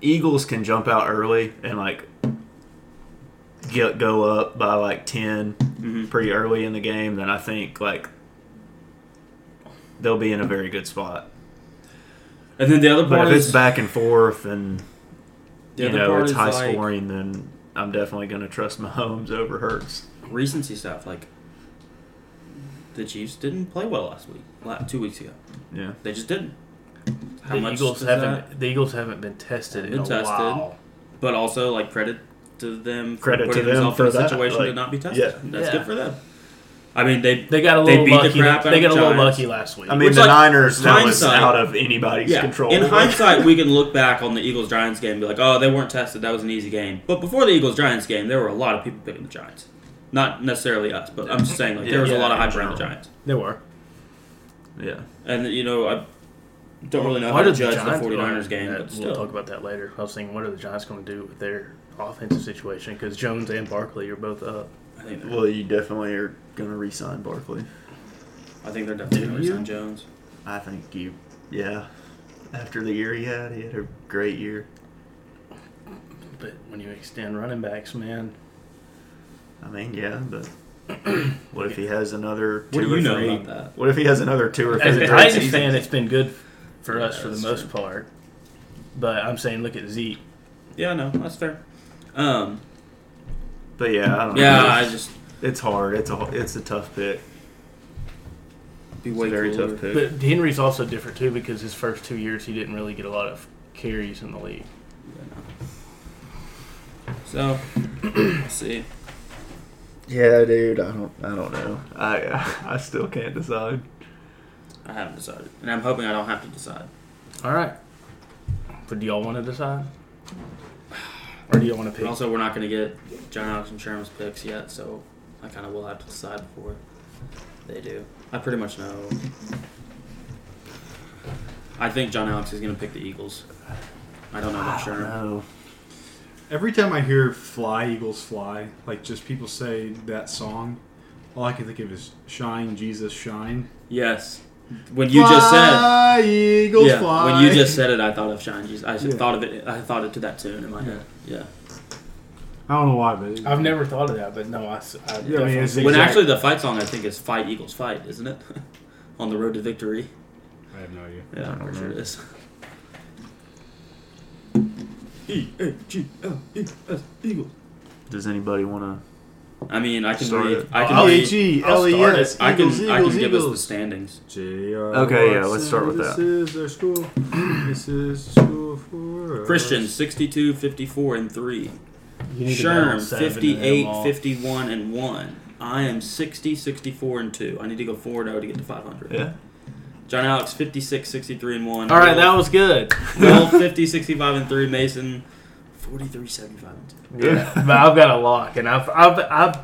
[SPEAKER 2] Eagles can jump out early and like get go up by like 10
[SPEAKER 3] Mhm.
[SPEAKER 2] pretty early in the game, then I think like they'll be in a very good spot.
[SPEAKER 3] and then the other
[SPEAKER 2] But
[SPEAKER 3] part
[SPEAKER 2] if
[SPEAKER 3] is
[SPEAKER 2] it's back and forth and
[SPEAKER 3] the
[SPEAKER 2] you
[SPEAKER 3] other
[SPEAKER 2] know
[SPEAKER 3] part
[SPEAKER 2] it's
[SPEAKER 3] is
[SPEAKER 2] high
[SPEAKER 3] like
[SPEAKER 2] scoring, then I'm definitely going to trust Mahomes over Hurts.
[SPEAKER 3] recency stuff. Like the Chiefs didn't play well last week, la- two weeks ago.
[SPEAKER 2] Yeah,
[SPEAKER 3] They just didn't. How
[SPEAKER 1] the
[SPEAKER 3] much
[SPEAKER 1] Eagles
[SPEAKER 3] does
[SPEAKER 1] haven't
[SPEAKER 3] that-
[SPEAKER 1] the Eagles haven't been tested in
[SPEAKER 3] Been
[SPEAKER 1] a
[SPEAKER 3] tested.
[SPEAKER 1] while.
[SPEAKER 3] But also, like credit to them for
[SPEAKER 2] Credit to
[SPEAKER 3] putting
[SPEAKER 2] them
[SPEAKER 3] themselves
[SPEAKER 2] for
[SPEAKER 3] in a
[SPEAKER 2] that,
[SPEAKER 3] situation to
[SPEAKER 2] like,
[SPEAKER 3] not be tested.
[SPEAKER 2] yeah.
[SPEAKER 3] That's
[SPEAKER 1] Yeah.
[SPEAKER 3] good for them. I mean, they
[SPEAKER 1] They got a
[SPEAKER 3] They
[SPEAKER 1] little
[SPEAKER 3] beat the
[SPEAKER 1] lucky.
[SPEAKER 3] crap out
[SPEAKER 1] they
[SPEAKER 3] of
[SPEAKER 1] got a
[SPEAKER 3] the
[SPEAKER 1] little
[SPEAKER 3] Giants.
[SPEAKER 1] lucky last week.
[SPEAKER 2] I mean
[SPEAKER 3] Which,
[SPEAKER 2] the
[SPEAKER 3] like,
[SPEAKER 2] Niners now is
[SPEAKER 3] hindsight-
[SPEAKER 2] out of anybody's
[SPEAKER 3] yeah.
[SPEAKER 2] control.
[SPEAKER 3] In
[SPEAKER 2] Like,
[SPEAKER 3] hindsight, we can look back on the Eagles Giants game and be like, oh, they weren't tested. That was an easy game. But before the Eagles Giants game, there were a lot of people picking the Giants. Not necessarily us, but I'm just saying like there was a
[SPEAKER 2] Yeah,
[SPEAKER 3] lot of
[SPEAKER 2] in
[SPEAKER 3] hype around the
[SPEAKER 2] general.
[SPEAKER 3] Giants.
[SPEAKER 1] they were.
[SPEAKER 2] yeah,
[SPEAKER 3] And you know, I don't really know
[SPEAKER 1] What
[SPEAKER 3] how
[SPEAKER 1] are
[SPEAKER 3] to judge the,
[SPEAKER 1] Giants-
[SPEAKER 3] 49ers game,
[SPEAKER 1] Yeah,
[SPEAKER 3] but
[SPEAKER 1] We'll talk
[SPEAKER 3] still.
[SPEAKER 1] about that later. I was thinking, what are the Giants going to do with their offensive situation? Because Jones and Barkley are both up.
[SPEAKER 3] I think they're,
[SPEAKER 2] well you definitely are going to re-sign Barkley.
[SPEAKER 3] I think they're
[SPEAKER 2] Do
[SPEAKER 3] definitely going to resign
[SPEAKER 2] you?
[SPEAKER 3] Jones.
[SPEAKER 2] I think you, yeah. After the year he had, he had a great year.
[SPEAKER 1] But when you extend running backs, man,
[SPEAKER 2] I mean, yeah, but what if he has another two
[SPEAKER 3] What do
[SPEAKER 2] or
[SPEAKER 3] you know
[SPEAKER 2] three?
[SPEAKER 3] about that?
[SPEAKER 2] What if he has another two or
[SPEAKER 1] as
[SPEAKER 2] three?
[SPEAKER 1] a
[SPEAKER 2] great
[SPEAKER 1] Titans
[SPEAKER 2] seasons?
[SPEAKER 1] fan, it's been good for
[SPEAKER 3] Yeah,
[SPEAKER 1] us for the
[SPEAKER 3] that's
[SPEAKER 1] most
[SPEAKER 3] true.
[SPEAKER 1] part. But I'm saying, look at Zeke.
[SPEAKER 3] Yeah, no, that's fair. Um,
[SPEAKER 2] But yeah, I don't
[SPEAKER 3] yeah,
[SPEAKER 2] know.
[SPEAKER 3] I
[SPEAKER 2] It's,
[SPEAKER 3] just
[SPEAKER 2] it's hard. It's a it's a tough pick.
[SPEAKER 3] be
[SPEAKER 2] It's a
[SPEAKER 3] way
[SPEAKER 2] very
[SPEAKER 3] cooler.
[SPEAKER 2] tough pick.
[SPEAKER 1] But Henry's also different too because his first two years he didn't really get a lot of carries in the league.
[SPEAKER 3] So, we'll see.
[SPEAKER 2] yeah, dude. I don't. I don't know. I I still can't decide.
[SPEAKER 3] I haven't decided, and I'm hoping I don't have to decide.
[SPEAKER 1] All right. But do y'all want to decide, or do y'all want to
[SPEAKER 3] But
[SPEAKER 1] pick?
[SPEAKER 3] also, we're not going to get John Alex and Sherman's picks yet, so I kind of will have to decide before they do. I pretty much know. I think John Alex is going to pick the Eagles. I don't know about
[SPEAKER 2] I don't
[SPEAKER 3] Sherman.
[SPEAKER 2] know.
[SPEAKER 4] Every time I hear "Fly Eagles Fly," like just people say that song, all I can think of is "Shine Jesus Shine."
[SPEAKER 3] Yes, when you just said.
[SPEAKER 4] "Fly Eagles
[SPEAKER 3] Yeah,
[SPEAKER 4] Fly."
[SPEAKER 3] when you just said it, I thought of Shine Jesus. I
[SPEAKER 4] Yeah.
[SPEAKER 3] thought of it. I thought it to that tune in my head. Yeah.
[SPEAKER 4] I don't know why, but
[SPEAKER 1] I've never thought of that, but no, I. s- I
[SPEAKER 4] Yeah, I mean, it's
[SPEAKER 1] definitely-
[SPEAKER 3] When
[SPEAKER 4] Exactly.
[SPEAKER 3] actually the fight song I think is "Fight Eagles Fight," isn't it? On the road to victory.
[SPEAKER 4] I have no idea.
[SPEAKER 3] Yeah, I'm pretty sure it is. Eagles.
[SPEAKER 2] Does anybody want
[SPEAKER 3] I mean, I can
[SPEAKER 2] Start
[SPEAKER 3] read.
[SPEAKER 2] it.
[SPEAKER 3] I can
[SPEAKER 1] I'll-
[SPEAKER 4] L E
[SPEAKER 3] read.
[SPEAKER 4] G
[SPEAKER 1] I'll
[SPEAKER 4] L E
[SPEAKER 1] start
[SPEAKER 4] S.
[SPEAKER 3] I can.
[SPEAKER 4] Eagles,
[SPEAKER 3] I can
[SPEAKER 4] Eagles,
[SPEAKER 3] give us the
[SPEAKER 4] Eagles.
[SPEAKER 3] standings.
[SPEAKER 4] J.R.
[SPEAKER 2] Okay, yeah, let's start with
[SPEAKER 4] this
[SPEAKER 2] that.
[SPEAKER 4] This is our school. this is school for us.
[SPEAKER 3] Christian 62, 54, and three.
[SPEAKER 1] You need to
[SPEAKER 3] Sherm
[SPEAKER 1] balance seven and them
[SPEAKER 3] 58,
[SPEAKER 1] all.
[SPEAKER 3] 51, and one. I am 60, 64, and two. I need to go four now to get to 500.
[SPEAKER 2] to? Yeah.
[SPEAKER 3] John Alex 56, 63, and one.
[SPEAKER 1] All right, that was good.
[SPEAKER 3] Will 50, 65, and 3. Mason 43, 75, and 2.
[SPEAKER 1] Yeah, but I've got a lock, and I've I've I've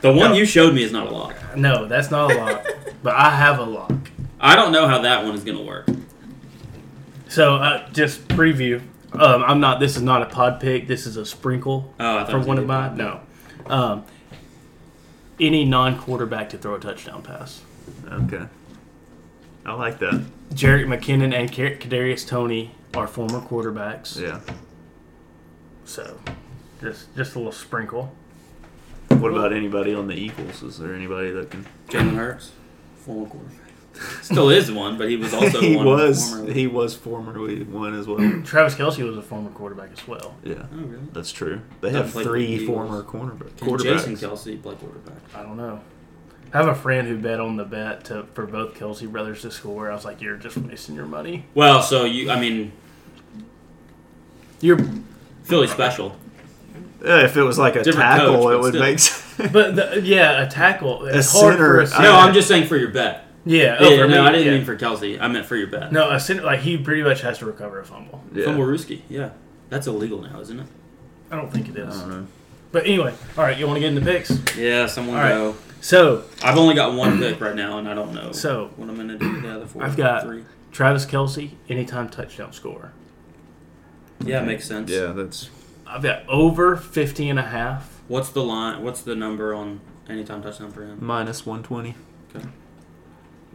[SPEAKER 3] The one
[SPEAKER 1] No.
[SPEAKER 3] you showed me is not a lock.
[SPEAKER 1] No, that's not a lock, but I have a lock.
[SPEAKER 3] I don't know how that one is gonna work.
[SPEAKER 1] So uh, just preview. Um, I'm not. This is not a pod pick. This is a sprinkle
[SPEAKER 3] Oh, I thought it
[SPEAKER 1] for
[SPEAKER 3] was
[SPEAKER 1] one
[SPEAKER 3] gonna
[SPEAKER 1] of
[SPEAKER 3] be a
[SPEAKER 1] mine. No. Um, any non-quarterback to throw a touchdown pass.
[SPEAKER 2] Okay. I like that.
[SPEAKER 1] Jarek McKinnon and Car- Kadarius Tony are former quarterbacks.
[SPEAKER 2] Yeah.
[SPEAKER 1] So, just just a little sprinkle.
[SPEAKER 2] What about anybody on the Eagles? Is there anybody that can?
[SPEAKER 3] Jalen Hurts, former quarterback, still is one, but he was also
[SPEAKER 2] he
[SPEAKER 3] one
[SPEAKER 2] was
[SPEAKER 3] Former.
[SPEAKER 2] he was formerly one as well.
[SPEAKER 1] Travis Kelsey was a former quarterback as well.
[SPEAKER 2] yeah,
[SPEAKER 3] oh really?
[SPEAKER 2] that's true. They
[SPEAKER 3] That
[SPEAKER 2] have
[SPEAKER 3] played with the
[SPEAKER 2] three
[SPEAKER 3] Eagles.
[SPEAKER 2] former cornerba-
[SPEAKER 3] Can Jason
[SPEAKER 2] quarterbacks.
[SPEAKER 3] Kelsey play quarterback?
[SPEAKER 1] I don't know. I have a friend who bet on the bet to, for both Kelsey brothers to score. I was like, "You're just wasting your money."
[SPEAKER 3] Well, so you, I mean,
[SPEAKER 1] You're,
[SPEAKER 3] Philly special.
[SPEAKER 2] Yeah, if it was like a
[SPEAKER 3] Different
[SPEAKER 2] tackle,
[SPEAKER 3] coach,
[SPEAKER 2] it
[SPEAKER 3] but
[SPEAKER 2] would
[SPEAKER 3] still.
[SPEAKER 2] make sense.
[SPEAKER 1] but the, yeah, a tackle.
[SPEAKER 2] A
[SPEAKER 1] It's hard for
[SPEAKER 2] center,
[SPEAKER 1] a
[SPEAKER 2] I-
[SPEAKER 1] center.
[SPEAKER 3] No, I'm just saying for your bet.
[SPEAKER 1] yeah. oh,
[SPEAKER 3] Yeah,
[SPEAKER 1] for
[SPEAKER 3] no,
[SPEAKER 1] me,
[SPEAKER 3] I didn't
[SPEAKER 1] yeah.
[SPEAKER 3] mean for Kelsey. I meant for your bet.
[SPEAKER 1] No, a center like he pretty much has to recover a fumble.
[SPEAKER 2] yeah.
[SPEAKER 3] Fumble Rooski, yeah. That's illegal now, isn't it?
[SPEAKER 1] I don't think it
[SPEAKER 2] I
[SPEAKER 1] is.
[SPEAKER 3] Uh-huh.
[SPEAKER 2] don't know.
[SPEAKER 1] But anyway, all right. You want to get into picks?
[SPEAKER 3] Yeah, someone
[SPEAKER 1] All right.
[SPEAKER 3] go.
[SPEAKER 1] So
[SPEAKER 3] I've only got one pick right now, and I don't know
[SPEAKER 1] So-
[SPEAKER 3] what I'm going to do with the other four.
[SPEAKER 1] I've got-
[SPEAKER 3] three.
[SPEAKER 1] Travis Kelsey, anytime touchdown scorer.
[SPEAKER 3] Yeah, makes sense.
[SPEAKER 2] Yeah, that's
[SPEAKER 1] I've got over 50 and a half.
[SPEAKER 3] What's the line? What's the number on anytime touchdown for him?
[SPEAKER 2] minus one twenty.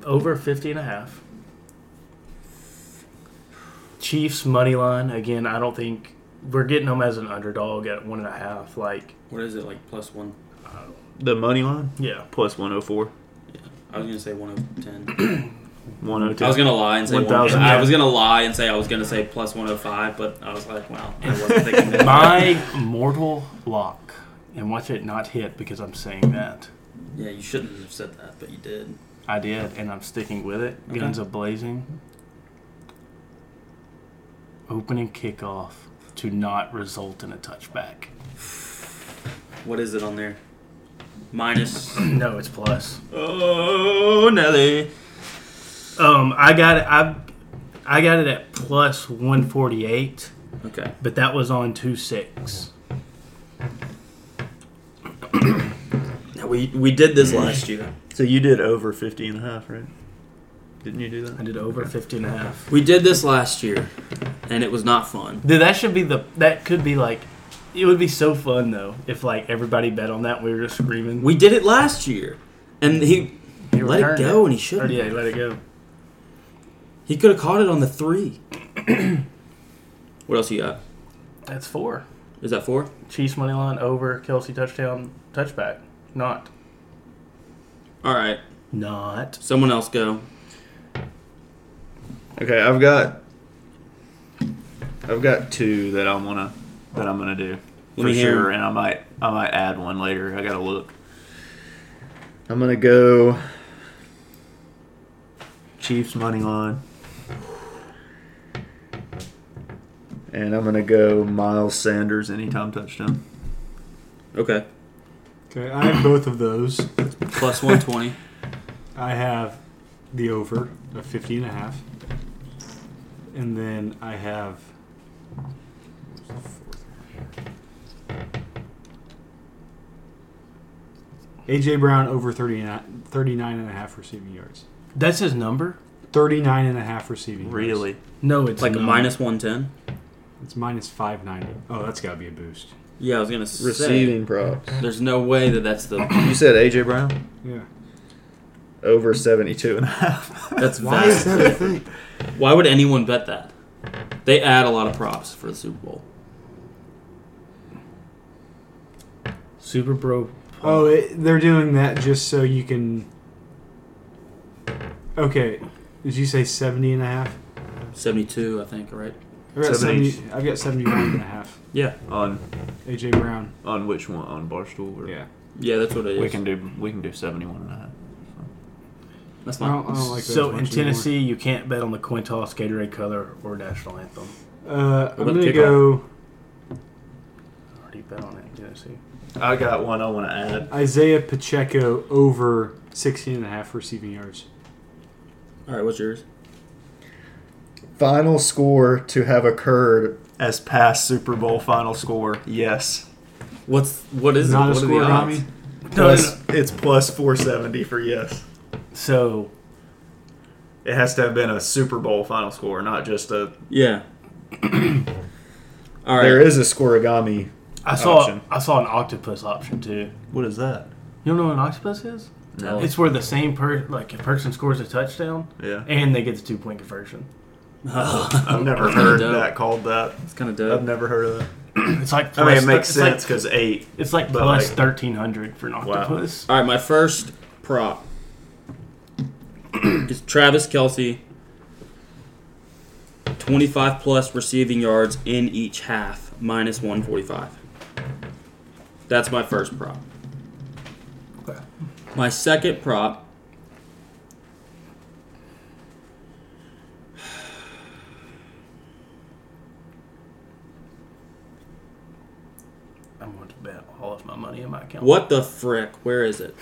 [SPEAKER 1] Over 50 and a half. Chiefs money line. Again, I don't think we're getting them as an underdog at one and a half. Like,
[SPEAKER 3] What is it like? Plus one?
[SPEAKER 2] The money line
[SPEAKER 1] yeah.
[SPEAKER 2] plus one hundred four,
[SPEAKER 3] I was gonna say one of ten.
[SPEAKER 2] one hundred two.
[SPEAKER 3] I was gonna lie and say one.
[SPEAKER 2] 1,000,
[SPEAKER 3] I
[SPEAKER 2] yeah.
[SPEAKER 3] was gonna lie and say I was gonna say plus one hundred five, but I was like, wow, I wasn't thinking that.
[SPEAKER 1] My mortal lock. And watch it not hit because I'm saying that.
[SPEAKER 3] Yeah, you shouldn't have said that, but you did.
[SPEAKER 1] I did, and I'm sticking with it.
[SPEAKER 3] Okay.
[SPEAKER 1] Guns a blazing. Opening kickoff to not result in a touchback.
[SPEAKER 3] What is it on there? Minus.
[SPEAKER 1] no, it's plus.
[SPEAKER 3] Oh, Nelly.
[SPEAKER 1] Um, I got it. I I got it at plus one forty eight,
[SPEAKER 3] Okay.
[SPEAKER 1] but that was on two six.
[SPEAKER 3] We we did this last year.
[SPEAKER 2] So you did over 50 and a half, right? Didn't you do
[SPEAKER 1] I
[SPEAKER 2] that?
[SPEAKER 1] did over fifty and a half.
[SPEAKER 3] We did this last year, and it was not fun.
[SPEAKER 1] Dude, that should be the that could be like. It would be so fun though if like everybody bet on that. We were just screaming.
[SPEAKER 3] We did it last year, and he
[SPEAKER 1] He
[SPEAKER 3] let it
[SPEAKER 1] returned
[SPEAKER 3] go, and he
[SPEAKER 1] Or,
[SPEAKER 3] shouldn't.
[SPEAKER 1] yeah, let it go.
[SPEAKER 3] He could have caught it on the three. what else you got?
[SPEAKER 1] That's four.
[SPEAKER 3] Is that four?
[SPEAKER 1] Chiefs money line over Kelsey touchdown touchback. Not.
[SPEAKER 3] All right,
[SPEAKER 1] Not.
[SPEAKER 3] someone else go.
[SPEAKER 2] Okay, I've got I've got two that I wanna that I'm gonna do
[SPEAKER 3] Let
[SPEAKER 2] for
[SPEAKER 3] me hear
[SPEAKER 2] sure,
[SPEAKER 3] 'em.
[SPEAKER 2] and I might I might add one later. I gotta look. I'm gonna go Chiefs money line, and I'm gonna go Miles Sanders anytime touchdown.
[SPEAKER 3] Okay,
[SPEAKER 4] Okay, I have both of those.
[SPEAKER 3] plus one twenty.
[SPEAKER 4] I have the over of 50 and a half. And then I have. AJ Brown over 39, 39 and a half receiving yards.
[SPEAKER 1] That's his number.
[SPEAKER 4] 39 and a half receiving yards.
[SPEAKER 2] Really?
[SPEAKER 1] No, it's
[SPEAKER 3] It's like a
[SPEAKER 1] not.
[SPEAKER 3] minus one ten.
[SPEAKER 4] It's minus 590. Oh, that's got to be a boost.
[SPEAKER 3] Yeah, I was gonna say,
[SPEAKER 2] props.
[SPEAKER 3] There's no way that that's the.
[SPEAKER 2] You said AJ Brown
[SPEAKER 4] Yeah.
[SPEAKER 2] over 72 and a half.
[SPEAKER 3] That's
[SPEAKER 4] Why
[SPEAKER 3] vast.
[SPEAKER 4] is that a thing?
[SPEAKER 3] Why would anyone bet that? They add a lot of props for the Super Bowl.
[SPEAKER 1] Super Bro.
[SPEAKER 4] Oh, it, they're doing that just so you can. Okay, did you say 70 and a half?
[SPEAKER 3] Seventy-two, I think. Right?
[SPEAKER 4] I've got,
[SPEAKER 2] 70.
[SPEAKER 4] 70, I've got 71 and a half.
[SPEAKER 3] Yeah.
[SPEAKER 2] on
[SPEAKER 4] AJ Brown.
[SPEAKER 2] on which one? On Barstool? Or?
[SPEAKER 4] Yeah.
[SPEAKER 3] Yeah, that's what it is.
[SPEAKER 2] We can do we can do seventy one and a half.
[SPEAKER 3] That's
[SPEAKER 4] I
[SPEAKER 3] not.
[SPEAKER 4] don't, I don't like those
[SPEAKER 1] so
[SPEAKER 4] much
[SPEAKER 1] in Tennessee, you can't bet on the Quintos, Gatorade color, or national anthem.
[SPEAKER 4] anymore. Uh, I'm
[SPEAKER 3] about
[SPEAKER 4] going
[SPEAKER 3] the
[SPEAKER 4] to
[SPEAKER 3] kickoff?
[SPEAKER 4] go
[SPEAKER 1] Already bet on it in Tennessee.
[SPEAKER 2] I got one I want to add.
[SPEAKER 4] Isaiah Pacheco over 16 and a half receiving yards.
[SPEAKER 3] All right, what's yours?
[SPEAKER 2] Final score to have occurred as past Super Bowl final score. Yes.
[SPEAKER 3] What's what is
[SPEAKER 4] Not
[SPEAKER 3] it?
[SPEAKER 4] a
[SPEAKER 3] What are the
[SPEAKER 4] score,
[SPEAKER 3] odds?
[SPEAKER 4] Rami.
[SPEAKER 1] No, no,
[SPEAKER 2] Plus, it's plus 470 for yes.
[SPEAKER 1] So
[SPEAKER 2] It has to have been a Super Bowl final score, not just a.
[SPEAKER 3] Yeah. All right.
[SPEAKER 2] There is a scoregami.
[SPEAKER 1] I saw
[SPEAKER 2] Option.
[SPEAKER 1] I saw an octopus option too.
[SPEAKER 2] What is that?
[SPEAKER 1] You don't know what an octopus is?
[SPEAKER 2] No.
[SPEAKER 1] It's where the same per like a person scores a touchdown
[SPEAKER 2] yeah.
[SPEAKER 1] and they get the two point conversion.
[SPEAKER 2] I've never
[SPEAKER 3] That's kinda
[SPEAKER 2] heard
[SPEAKER 3] dope.
[SPEAKER 2] that called that.
[SPEAKER 3] It's kind of
[SPEAKER 2] I've
[SPEAKER 3] dope.
[SPEAKER 2] never heard of that.
[SPEAKER 1] It's like
[SPEAKER 2] I mean, it
[SPEAKER 1] plus-
[SPEAKER 2] makes
[SPEAKER 1] it's like-
[SPEAKER 2] sense because eight.
[SPEAKER 1] it's like
[SPEAKER 2] but,
[SPEAKER 1] plus
[SPEAKER 2] like-
[SPEAKER 1] thirteen hundred for an
[SPEAKER 2] Wow.
[SPEAKER 1] octopus.
[SPEAKER 3] All right, my first prop is Travis Kelsey, 25 plus receiving yards in each half, minus 145. That's my first prop.
[SPEAKER 1] Okay.
[SPEAKER 3] My second prop.
[SPEAKER 1] I'm going to bet all of my money in my account.
[SPEAKER 3] What the frick? Where is it?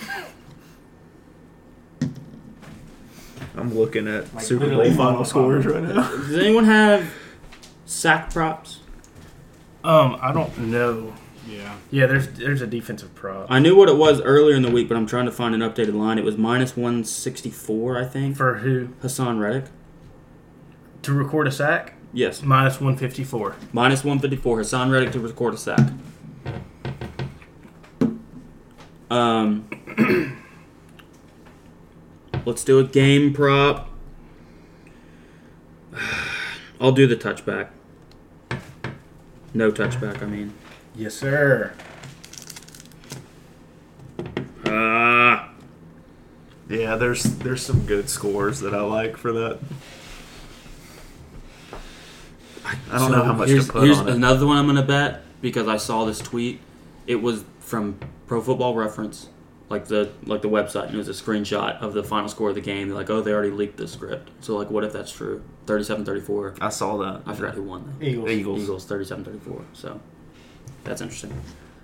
[SPEAKER 2] I'm looking at
[SPEAKER 1] Like,
[SPEAKER 2] Super Bowl
[SPEAKER 1] literally
[SPEAKER 2] final
[SPEAKER 1] Bowl
[SPEAKER 2] scores right
[SPEAKER 1] final.
[SPEAKER 2] now.
[SPEAKER 3] Does anyone have sack props?
[SPEAKER 1] Um, I don't know.
[SPEAKER 4] Yeah.
[SPEAKER 1] Yeah, there's there's a defensive prop
[SPEAKER 3] I knew what it was earlier in the week, but I'm trying to find an updated line. It was minus 164, I think.
[SPEAKER 1] for who
[SPEAKER 3] Hassan Reddick?
[SPEAKER 1] to record a sack
[SPEAKER 3] Yes.
[SPEAKER 1] minus one fifty four.
[SPEAKER 3] Minus 154. Hassan Reddick to record a sack. Um, let's do a game prop. I'll do the touchback. No touchback, I mean.
[SPEAKER 1] Yes, sir.
[SPEAKER 2] Uh,
[SPEAKER 3] Ah.
[SPEAKER 2] Yeah, there's there's some good scores that I like for that. I don't
[SPEAKER 3] So
[SPEAKER 2] know how much to
[SPEAKER 3] here's,
[SPEAKER 2] put
[SPEAKER 3] here's
[SPEAKER 2] on it.
[SPEAKER 3] another one I'm gonna bet because I saw this tweet. It was from Pro Football Reference, like the like the website, and it was a screenshot of the final score of the game. They're like, oh, they already leaked the script. So like, what if that's true? 37-34.
[SPEAKER 2] I saw that.
[SPEAKER 3] I forgot who won though.
[SPEAKER 1] Eagles.
[SPEAKER 2] Eagles.
[SPEAKER 3] Eagles 37-34. So that's interesting.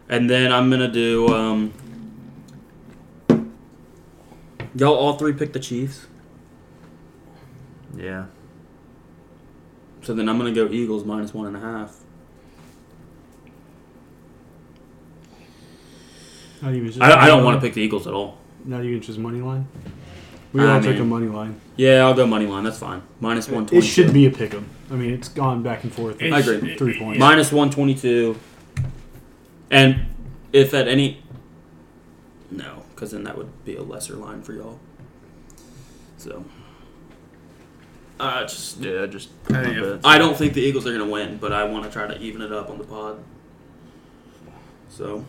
[SPEAKER 3] And then I'm gonna do. Um, y'all all three pick the Chiefs.
[SPEAKER 2] Yeah.
[SPEAKER 3] So then I'm gonna go Eagles minus one and a half.
[SPEAKER 4] Not even just
[SPEAKER 3] I, I don't want to pick the Eagles at all.
[SPEAKER 4] Not even just money line. We
[SPEAKER 3] I
[SPEAKER 4] all took
[SPEAKER 3] mean-
[SPEAKER 4] a money line.
[SPEAKER 3] Yeah, I'll go money line. That's fine. Minus one
[SPEAKER 4] It
[SPEAKER 3] twenty.
[SPEAKER 4] should be a pick 'em. I mean, it's gone back and forth.
[SPEAKER 1] It
[SPEAKER 3] I agree.
[SPEAKER 1] should-
[SPEAKER 4] Three points.
[SPEAKER 3] minus one twenty two. And if at any, no, because then that would be a lesser line for y'all. So, uh, just
[SPEAKER 2] Yeah, just.
[SPEAKER 1] I think if-
[SPEAKER 3] I don't think the Eagles are gonna win, but I want to try to even it up on the pod. So,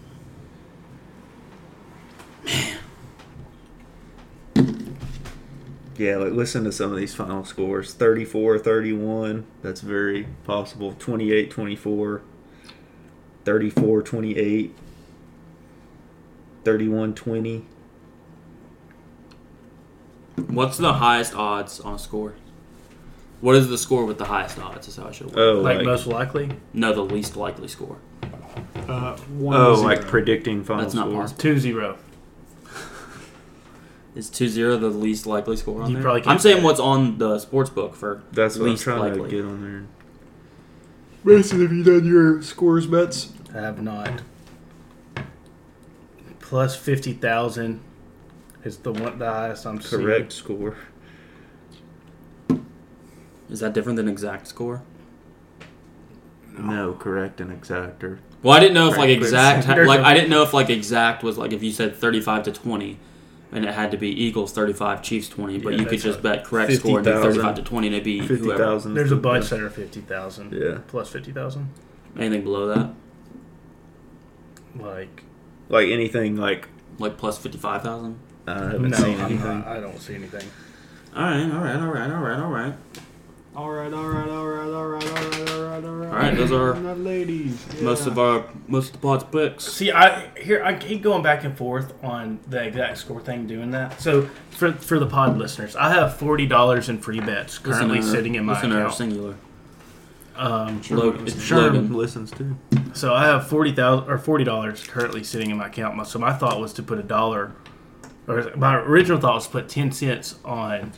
[SPEAKER 2] Yeah, like listen to some of these final scores 34 31. That's very possible. 28 24. 34 28. 31 20.
[SPEAKER 3] what's the highest odds on a score? What is the score with the highest odds? Is how I should. word it.
[SPEAKER 2] Oh,
[SPEAKER 1] Like,
[SPEAKER 2] like,
[SPEAKER 1] most likely
[SPEAKER 3] No, the least likely score.
[SPEAKER 4] Uh, one
[SPEAKER 2] oh,
[SPEAKER 4] zero.
[SPEAKER 2] like predicting final
[SPEAKER 3] That's not
[SPEAKER 2] scores.
[SPEAKER 3] possible.
[SPEAKER 1] two zero.
[SPEAKER 3] Is 2-0 the least likely score on
[SPEAKER 1] You
[SPEAKER 3] there?
[SPEAKER 1] probably
[SPEAKER 3] I'm
[SPEAKER 1] can't
[SPEAKER 3] saying
[SPEAKER 1] say.
[SPEAKER 3] what's on the sports book for
[SPEAKER 2] That's what
[SPEAKER 3] Least
[SPEAKER 2] I'm trying
[SPEAKER 3] likely.
[SPEAKER 2] to get on there.
[SPEAKER 4] Mason, have you done your scores bets?
[SPEAKER 1] I have not. Plus fifty thousand is the one the highest I'm seeing.
[SPEAKER 2] Correct score.
[SPEAKER 3] is that different than exact score?
[SPEAKER 2] No, correct and exact. Or
[SPEAKER 3] Well, I didn't know if like
[SPEAKER 2] Right, but
[SPEAKER 3] exact
[SPEAKER 1] it's-
[SPEAKER 3] like I didn't know if like exact was like if you said 35 to 20 and it had to be Eagles 35 Chiefs 20, but
[SPEAKER 1] Yeah,
[SPEAKER 3] you could
[SPEAKER 1] that's
[SPEAKER 3] just bet correct score and then
[SPEAKER 2] 50,000.
[SPEAKER 3] 35 to 20 and it'd be whoever.
[SPEAKER 2] 50,000.
[SPEAKER 1] There's a bunch that are fifty thousand.
[SPEAKER 2] Yeah.
[SPEAKER 1] Plus fifty thousand.
[SPEAKER 3] Anything below that?
[SPEAKER 1] Like
[SPEAKER 2] Like anything, like,
[SPEAKER 3] Like plus 55,000?
[SPEAKER 2] I haven't
[SPEAKER 1] no,
[SPEAKER 2] seen
[SPEAKER 1] I'm
[SPEAKER 2] anything.
[SPEAKER 1] not- I don't see anything.
[SPEAKER 3] All right, all right, all right, all right, all right.
[SPEAKER 4] All right, all right, all right, all right, all right, all right, all right.
[SPEAKER 3] All right, those are
[SPEAKER 4] Not ladies.
[SPEAKER 3] most of our most of the pod's picks.
[SPEAKER 1] See, I here I keep going back and forth on the exact score thing, doing that. So for for the pod listeners, I have forty dollars in free bets currently
[SPEAKER 2] uh,
[SPEAKER 3] Listener-
[SPEAKER 1] sitting in my
[SPEAKER 3] listener
[SPEAKER 1] account.
[SPEAKER 3] singular.
[SPEAKER 1] Um,
[SPEAKER 3] Logan, it's
[SPEAKER 2] Sherm
[SPEAKER 3] Logan.
[SPEAKER 2] Oh, listens too.
[SPEAKER 1] so I have forty thousand or forty dollars currently sitting in my account. So my thought was to put a dollar, or my original thought was to put ten cents on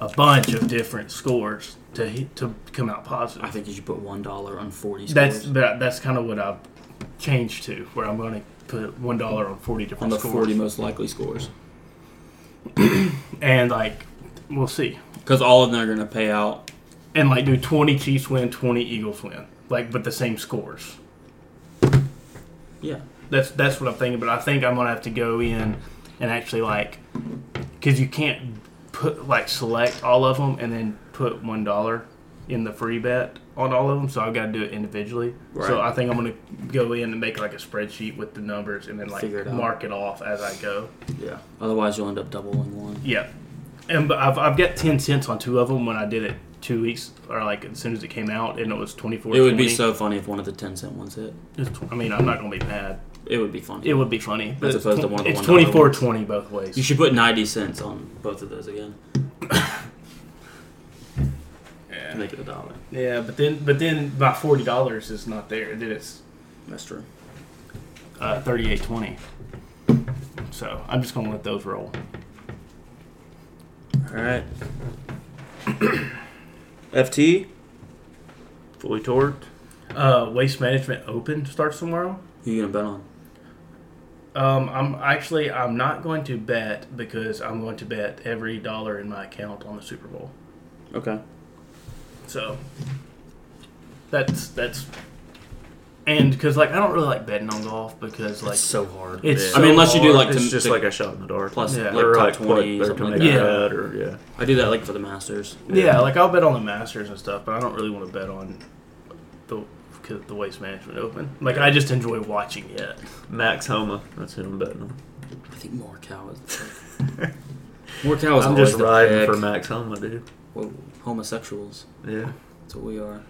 [SPEAKER 1] a bunch of different scores to hit- to come out positive.
[SPEAKER 3] I think you should put one dollar on forty.
[SPEAKER 1] that's
[SPEAKER 3] scores.
[SPEAKER 1] that, that's kind of what I've changed to, where I'm going to put one dollar on forty
[SPEAKER 3] on
[SPEAKER 1] different
[SPEAKER 3] the
[SPEAKER 1] scores,
[SPEAKER 3] 40 most likely scores.
[SPEAKER 1] and like we'll see,
[SPEAKER 3] Because all of them are going to pay out.
[SPEAKER 1] and like do twenty Chiefs win, twenty Eagles win, like but the same scores.
[SPEAKER 3] Yeah.
[SPEAKER 1] That's that's what I'm thinking. But I think I'm gonna have to go in and actually like because you can't put like select all of them and then put one dollar in the free bet on all of them. So I've got to do it individually. So
[SPEAKER 3] Right.
[SPEAKER 1] I think I'm gonna go in and make like a spreadsheet with the numbers and then like
[SPEAKER 3] Figure it out.
[SPEAKER 1] mark it off as I go.
[SPEAKER 2] Yeah.
[SPEAKER 3] Otherwise, you'll end up doubling one.
[SPEAKER 1] Yeah, and but I've I've got ten cents on two of them when I did it two weeks or like as soon as it came out and it was twenty four.
[SPEAKER 3] It would be so funny if one of the 10 cent ones hit.
[SPEAKER 1] I mean, I'm not gonna be mad.
[SPEAKER 3] It would be funny.
[SPEAKER 1] It would be funny. But
[SPEAKER 3] As
[SPEAKER 1] it's
[SPEAKER 3] opposed to
[SPEAKER 1] tw-
[SPEAKER 3] one of the
[SPEAKER 1] it's
[SPEAKER 3] $1 ones.
[SPEAKER 1] 24 20 both ways.
[SPEAKER 3] you should put 90 cents on both of those again.
[SPEAKER 1] Yeah.
[SPEAKER 3] to Make it a dollar.
[SPEAKER 1] Yeah, but then but then my forty dollars is not there. Then it's
[SPEAKER 3] That's true.
[SPEAKER 1] uh, thirty eight twenty. So I'm just gonna let those roll.
[SPEAKER 3] All right. FT?
[SPEAKER 2] Fully torqued.
[SPEAKER 1] Uh, Waste Management Open starts tomorrow.
[SPEAKER 3] Who you going to bet on?
[SPEAKER 1] Um, I'm actually I'm not going to bet because I'm going to bet every dollar in my account on the Super Bowl.
[SPEAKER 3] Okay.
[SPEAKER 1] So that's that's and because like I don't really like betting on golf because like
[SPEAKER 3] It's so hard.
[SPEAKER 1] it's
[SPEAKER 2] Yeah.
[SPEAKER 1] so
[SPEAKER 3] I mean, unless you do
[SPEAKER 1] hard.
[SPEAKER 3] like to,
[SPEAKER 2] it's just
[SPEAKER 3] to-
[SPEAKER 2] like a shot in the dark.
[SPEAKER 3] plus
[SPEAKER 1] Yeah.
[SPEAKER 3] like
[SPEAKER 2] Or,
[SPEAKER 3] top
[SPEAKER 2] like, what,
[SPEAKER 3] 20
[SPEAKER 2] or
[SPEAKER 3] something
[SPEAKER 2] to
[SPEAKER 3] like
[SPEAKER 2] make
[SPEAKER 1] that.
[SPEAKER 2] a
[SPEAKER 1] Yeah.
[SPEAKER 2] bet or- yeah.
[SPEAKER 3] I do that like for the Masters.
[SPEAKER 1] Yeah, like I'll bet on the Masters and stuff, but I don't really want to bet on the the Waste Management Open. Like I just enjoy watching it.
[SPEAKER 2] Max Homa. That's who I'm betting on.
[SPEAKER 3] I think Morikawa is. Morikawa is
[SPEAKER 2] I'm
[SPEAKER 3] always
[SPEAKER 2] just
[SPEAKER 3] the
[SPEAKER 2] riding
[SPEAKER 3] pick.
[SPEAKER 2] for Max Homa, dude.
[SPEAKER 3] Whoa, homosexuals.
[SPEAKER 2] Yeah.
[SPEAKER 3] That's what we are.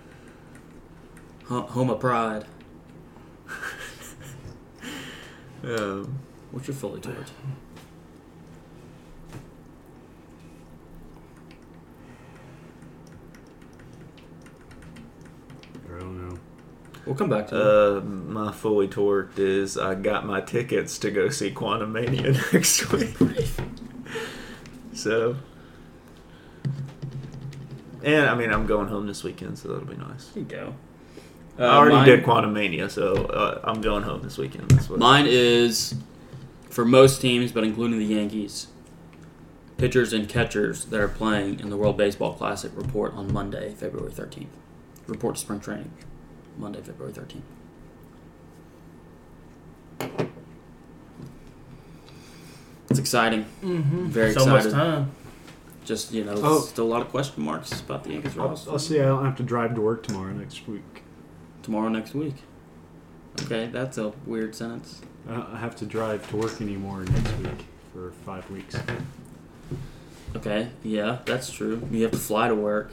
[SPEAKER 3] Ho- Homo pride.
[SPEAKER 2] Um,
[SPEAKER 3] What's your fully toward?
[SPEAKER 4] I don't know.
[SPEAKER 3] We'll come back to that.
[SPEAKER 2] uh, my fully torqued is I got my tickets to go see Quantum Mania next week. so. And I mean, I'm going home this weekend, so that'll be nice.
[SPEAKER 3] There you go.
[SPEAKER 2] I already
[SPEAKER 3] Uh, mine,
[SPEAKER 2] did Quantum Mania, so uh, I'm going home this weekend. That's what.
[SPEAKER 3] Mine is for most teams, but including the Yankees. Pitchers and catchers that are playing in the World Baseball Classic report on Monday, February 13th. Report to spring training, Monday, February 13th. It's exciting.
[SPEAKER 1] Mm-hmm.
[SPEAKER 3] Very
[SPEAKER 1] so
[SPEAKER 3] excited.
[SPEAKER 1] much time.
[SPEAKER 3] Just, you know,
[SPEAKER 4] Oh.
[SPEAKER 3] still a lot of question marks about the Yankees
[SPEAKER 4] I'll,
[SPEAKER 3] roster.
[SPEAKER 4] I'll see. I don't have to drive to work tomorrow next week.
[SPEAKER 3] Tomorrow next week. Okay, that's a weird sentence.
[SPEAKER 4] I don't have to drive to work anymore next week for five weeks.
[SPEAKER 3] Okay, yeah, that's true. You have to fly to work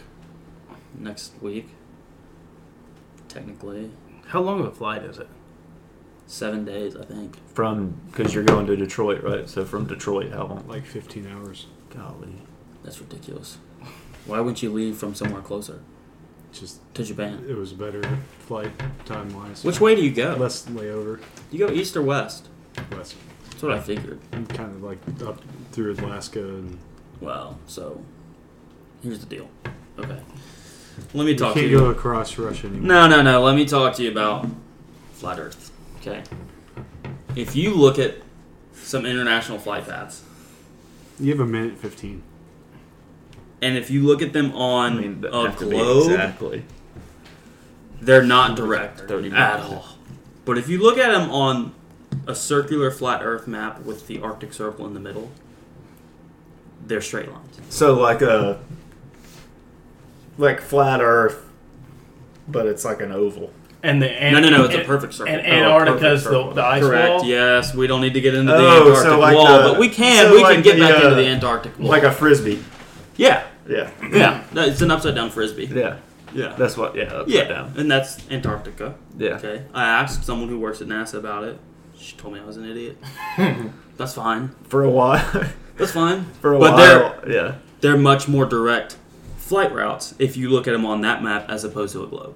[SPEAKER 3] next week. Technically,
[SPEAKER 1] How long of a flight is it?
[SPEAKER 3] seven days, I think.
[SPEAKER 2] From because you're going to Detroit, right? So from Detroit, how long?
[SPEAKER 4] Like 15 hours.
[SPEAKER 2] Golly,
[SPEAKER 3] That's ridiculous. Why wouldn't you leave from somewhere closer
[SPEAKER 4] Just
[SPEAKER 3] to Japan?
[SPEAKER 4] it was better flight time wise.
[SPEAKER 3] Which way do you go?
[SPEAKER 4] Less layover.
[SPEAKER 3] You go east or west.
[SPEAKER 4] West.
[SPEAKER 3] That's what I figured.
[SPEAKER 4] I'm kind of like up through Alaska and
[SPEAKER 3] Well, so here's the deal. Okay, let me talk
[SPEAKER 4] you
[SPEAKER 3] to
[SPEAKER 4] can't
[SPEAKER 3] you.
[SPEAKER 4] go across Russia anymore.
[SPEAKER 3] No, no, no. Let me talk to you about flat Earth. Okay. If you look at some international flight paths,
[SPEAKER 4] You have a minute 15.
[SPEAKER 3] and if you look at them
[SPEAKER 2] I
[SPEAKER 3] on
[SPEAKER 2] mean, that
[SPEAKER 3] a
[SPEAKER 2] have to be
[SPEAKER 3] globe,
[SPEAKER 2] exactly.
[SPEAKER 3] they're not direct
[SPEAKER 2] Thirty
[SPEAKER 3] at
[SPEAKER 2] minutes.
[SPEAKER 3] all. But if you look at them on a circular flat Earth map with the Arctic Circle in the middle, they're straight lines.
[SPEAKER 2] So like a like flat Earth, but it's like an oval.
[SPEAKER 1] And the and,
[SPEAKER 3] no, no, no. It's
[SPEAKER 1] and,
[SPEAKER 3] a perfect circle.
[SPEAKER 1] And
[SPEAKER 3] Oh,
[SPEAKER 1] Antarctica's
[SPEAKER 2] perfect
[SPEAKER 1] the, the ice
[SPEAKER 3] Correct.
[SPEAKER 1] wall.
[SPEAKER 3] Yes, we don't need to get into the
[SPEAKER 2] Oh,
[SPEAKER 3] Antarctic
[SPEAKER 2] so like
[SPEAKER 3] wall,
[SPEAKER 2] the-
[SPEAKER 3] but we can.
[SPEAKER 2] so
[SPEAKER 3] we
[SPEAKER 2] like
[SPEAKER 3] can get
[SPEAKER 2] the,
[SPEAKER 3] back into
[SPEAKER 2] uh,
[SPEAKER 3] the Antarctic wall.
[SPEAKER 2] Like a frisbee.
[SPEAKER 3] yeah,
[SPEAKER 2] Yeah.
[SPEAKER 3] yeah. No, it's an upside down frisbee.
[SPEAKER 2] Yeah.
[SPEAKER 3] Yeah.
[SPEAKER 2] That's what. Yeah. Upside
[SPEAKER 3] yeah.
[SPEAKER 2] Down.
[SPEAKER 3] And that's Antarctica.
[SPEAKER 2] Yeah.
[SPEAKER 3] Okay. I asked someone who works at NASA about it. She told me I was an idiot. that's fine.
[SPEAKER 2] For a while.
[SPEAKER 3] That's fine.
[SPEAKER 2] For a
[SPEAKER 3] but they're
[SPEAKER 2] while. Yeah.
[SPEAKER 3] they're much more direct flight routes if you look at them on that map as opposed to a globe.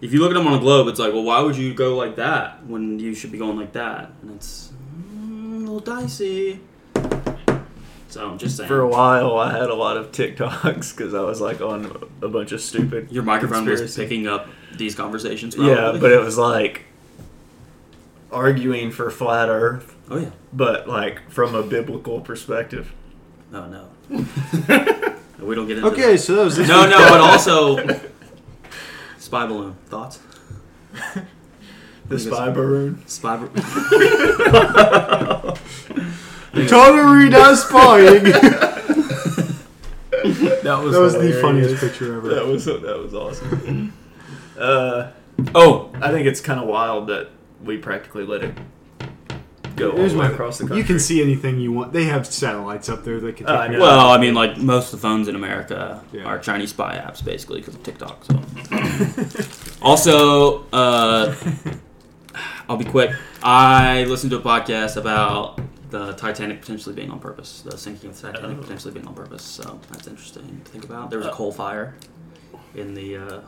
[SPEAKER 3] If you look at them on a globe, it's like, well, why would you go like that when you should be going like that? And it's mm, a little dicey. So I'm just saying.
[SPEAKER 2] For a while, I had a lot of TikToks because I was like on a bunch of stupid.
[SPEAKER 3] Your microphone was
[SPEAKER 2] conspiracy-
[SPEAKER 3] picking up these conversations. Probably.
[SPEAKER 2] Yeah, but it was like arguing for flat Earth,
[SPEAKER 3] Oh yeah.
[SPEAKER 2] but like from a biblical perspective.
[SPEAKER 3] No, no. we don't get into
[SPEAKER 4] Okay,
[SPEAKER 3] That.
[SPEAKER 4] so that was this
[SPEAKER 3] No,
[SPEAKER 4] week.
[SPEAKER 3] no, but also spy balloon thoughts.
[SPEAKER 2] The spy balloon.
[SPEAKER 3] Spy. bal-
[SPEAKER 4] Totally does spying. that
[SPEAKER 1] That was,
[SPEAKER 4] was the
[SPEAKER 1] hilarious.
[SPEAKER 4] funniest picture ever.
[SPEAKER 2] That was that was awesome. uh,
[SPEAKER 3] oh,
[SPEAKER 2] I think it's kind of wild that we practically let it go all
[SPEAKER 4] Here's
[SPEAKER 2] the way
[SPEAKER 4] my-
[SPEAKER 2] across the country.
[SPEAKER 4] You can see anything you want. They have satellites up there that can.
[SPEAKER 2] Oh,
[SPEAKER 4] Take
[SPEAKER 2] I know.
[SPEAKER 3] well, Uh, I mean, like most of the phones in America
[SPEAKER 4] Yeah.
[SPEAKER 3] are Chinese spy apps, basically, because of TikTok. So, also, uh, I'll be quick. I listened to a podcast about the Titanic potentially being on purpose, the sinking of the Titanic
[SPEAKER 2] Oh.
[SPEAKER 3] potentially being on purpose. So that's interesting to think about. There was a coal fire in the uh,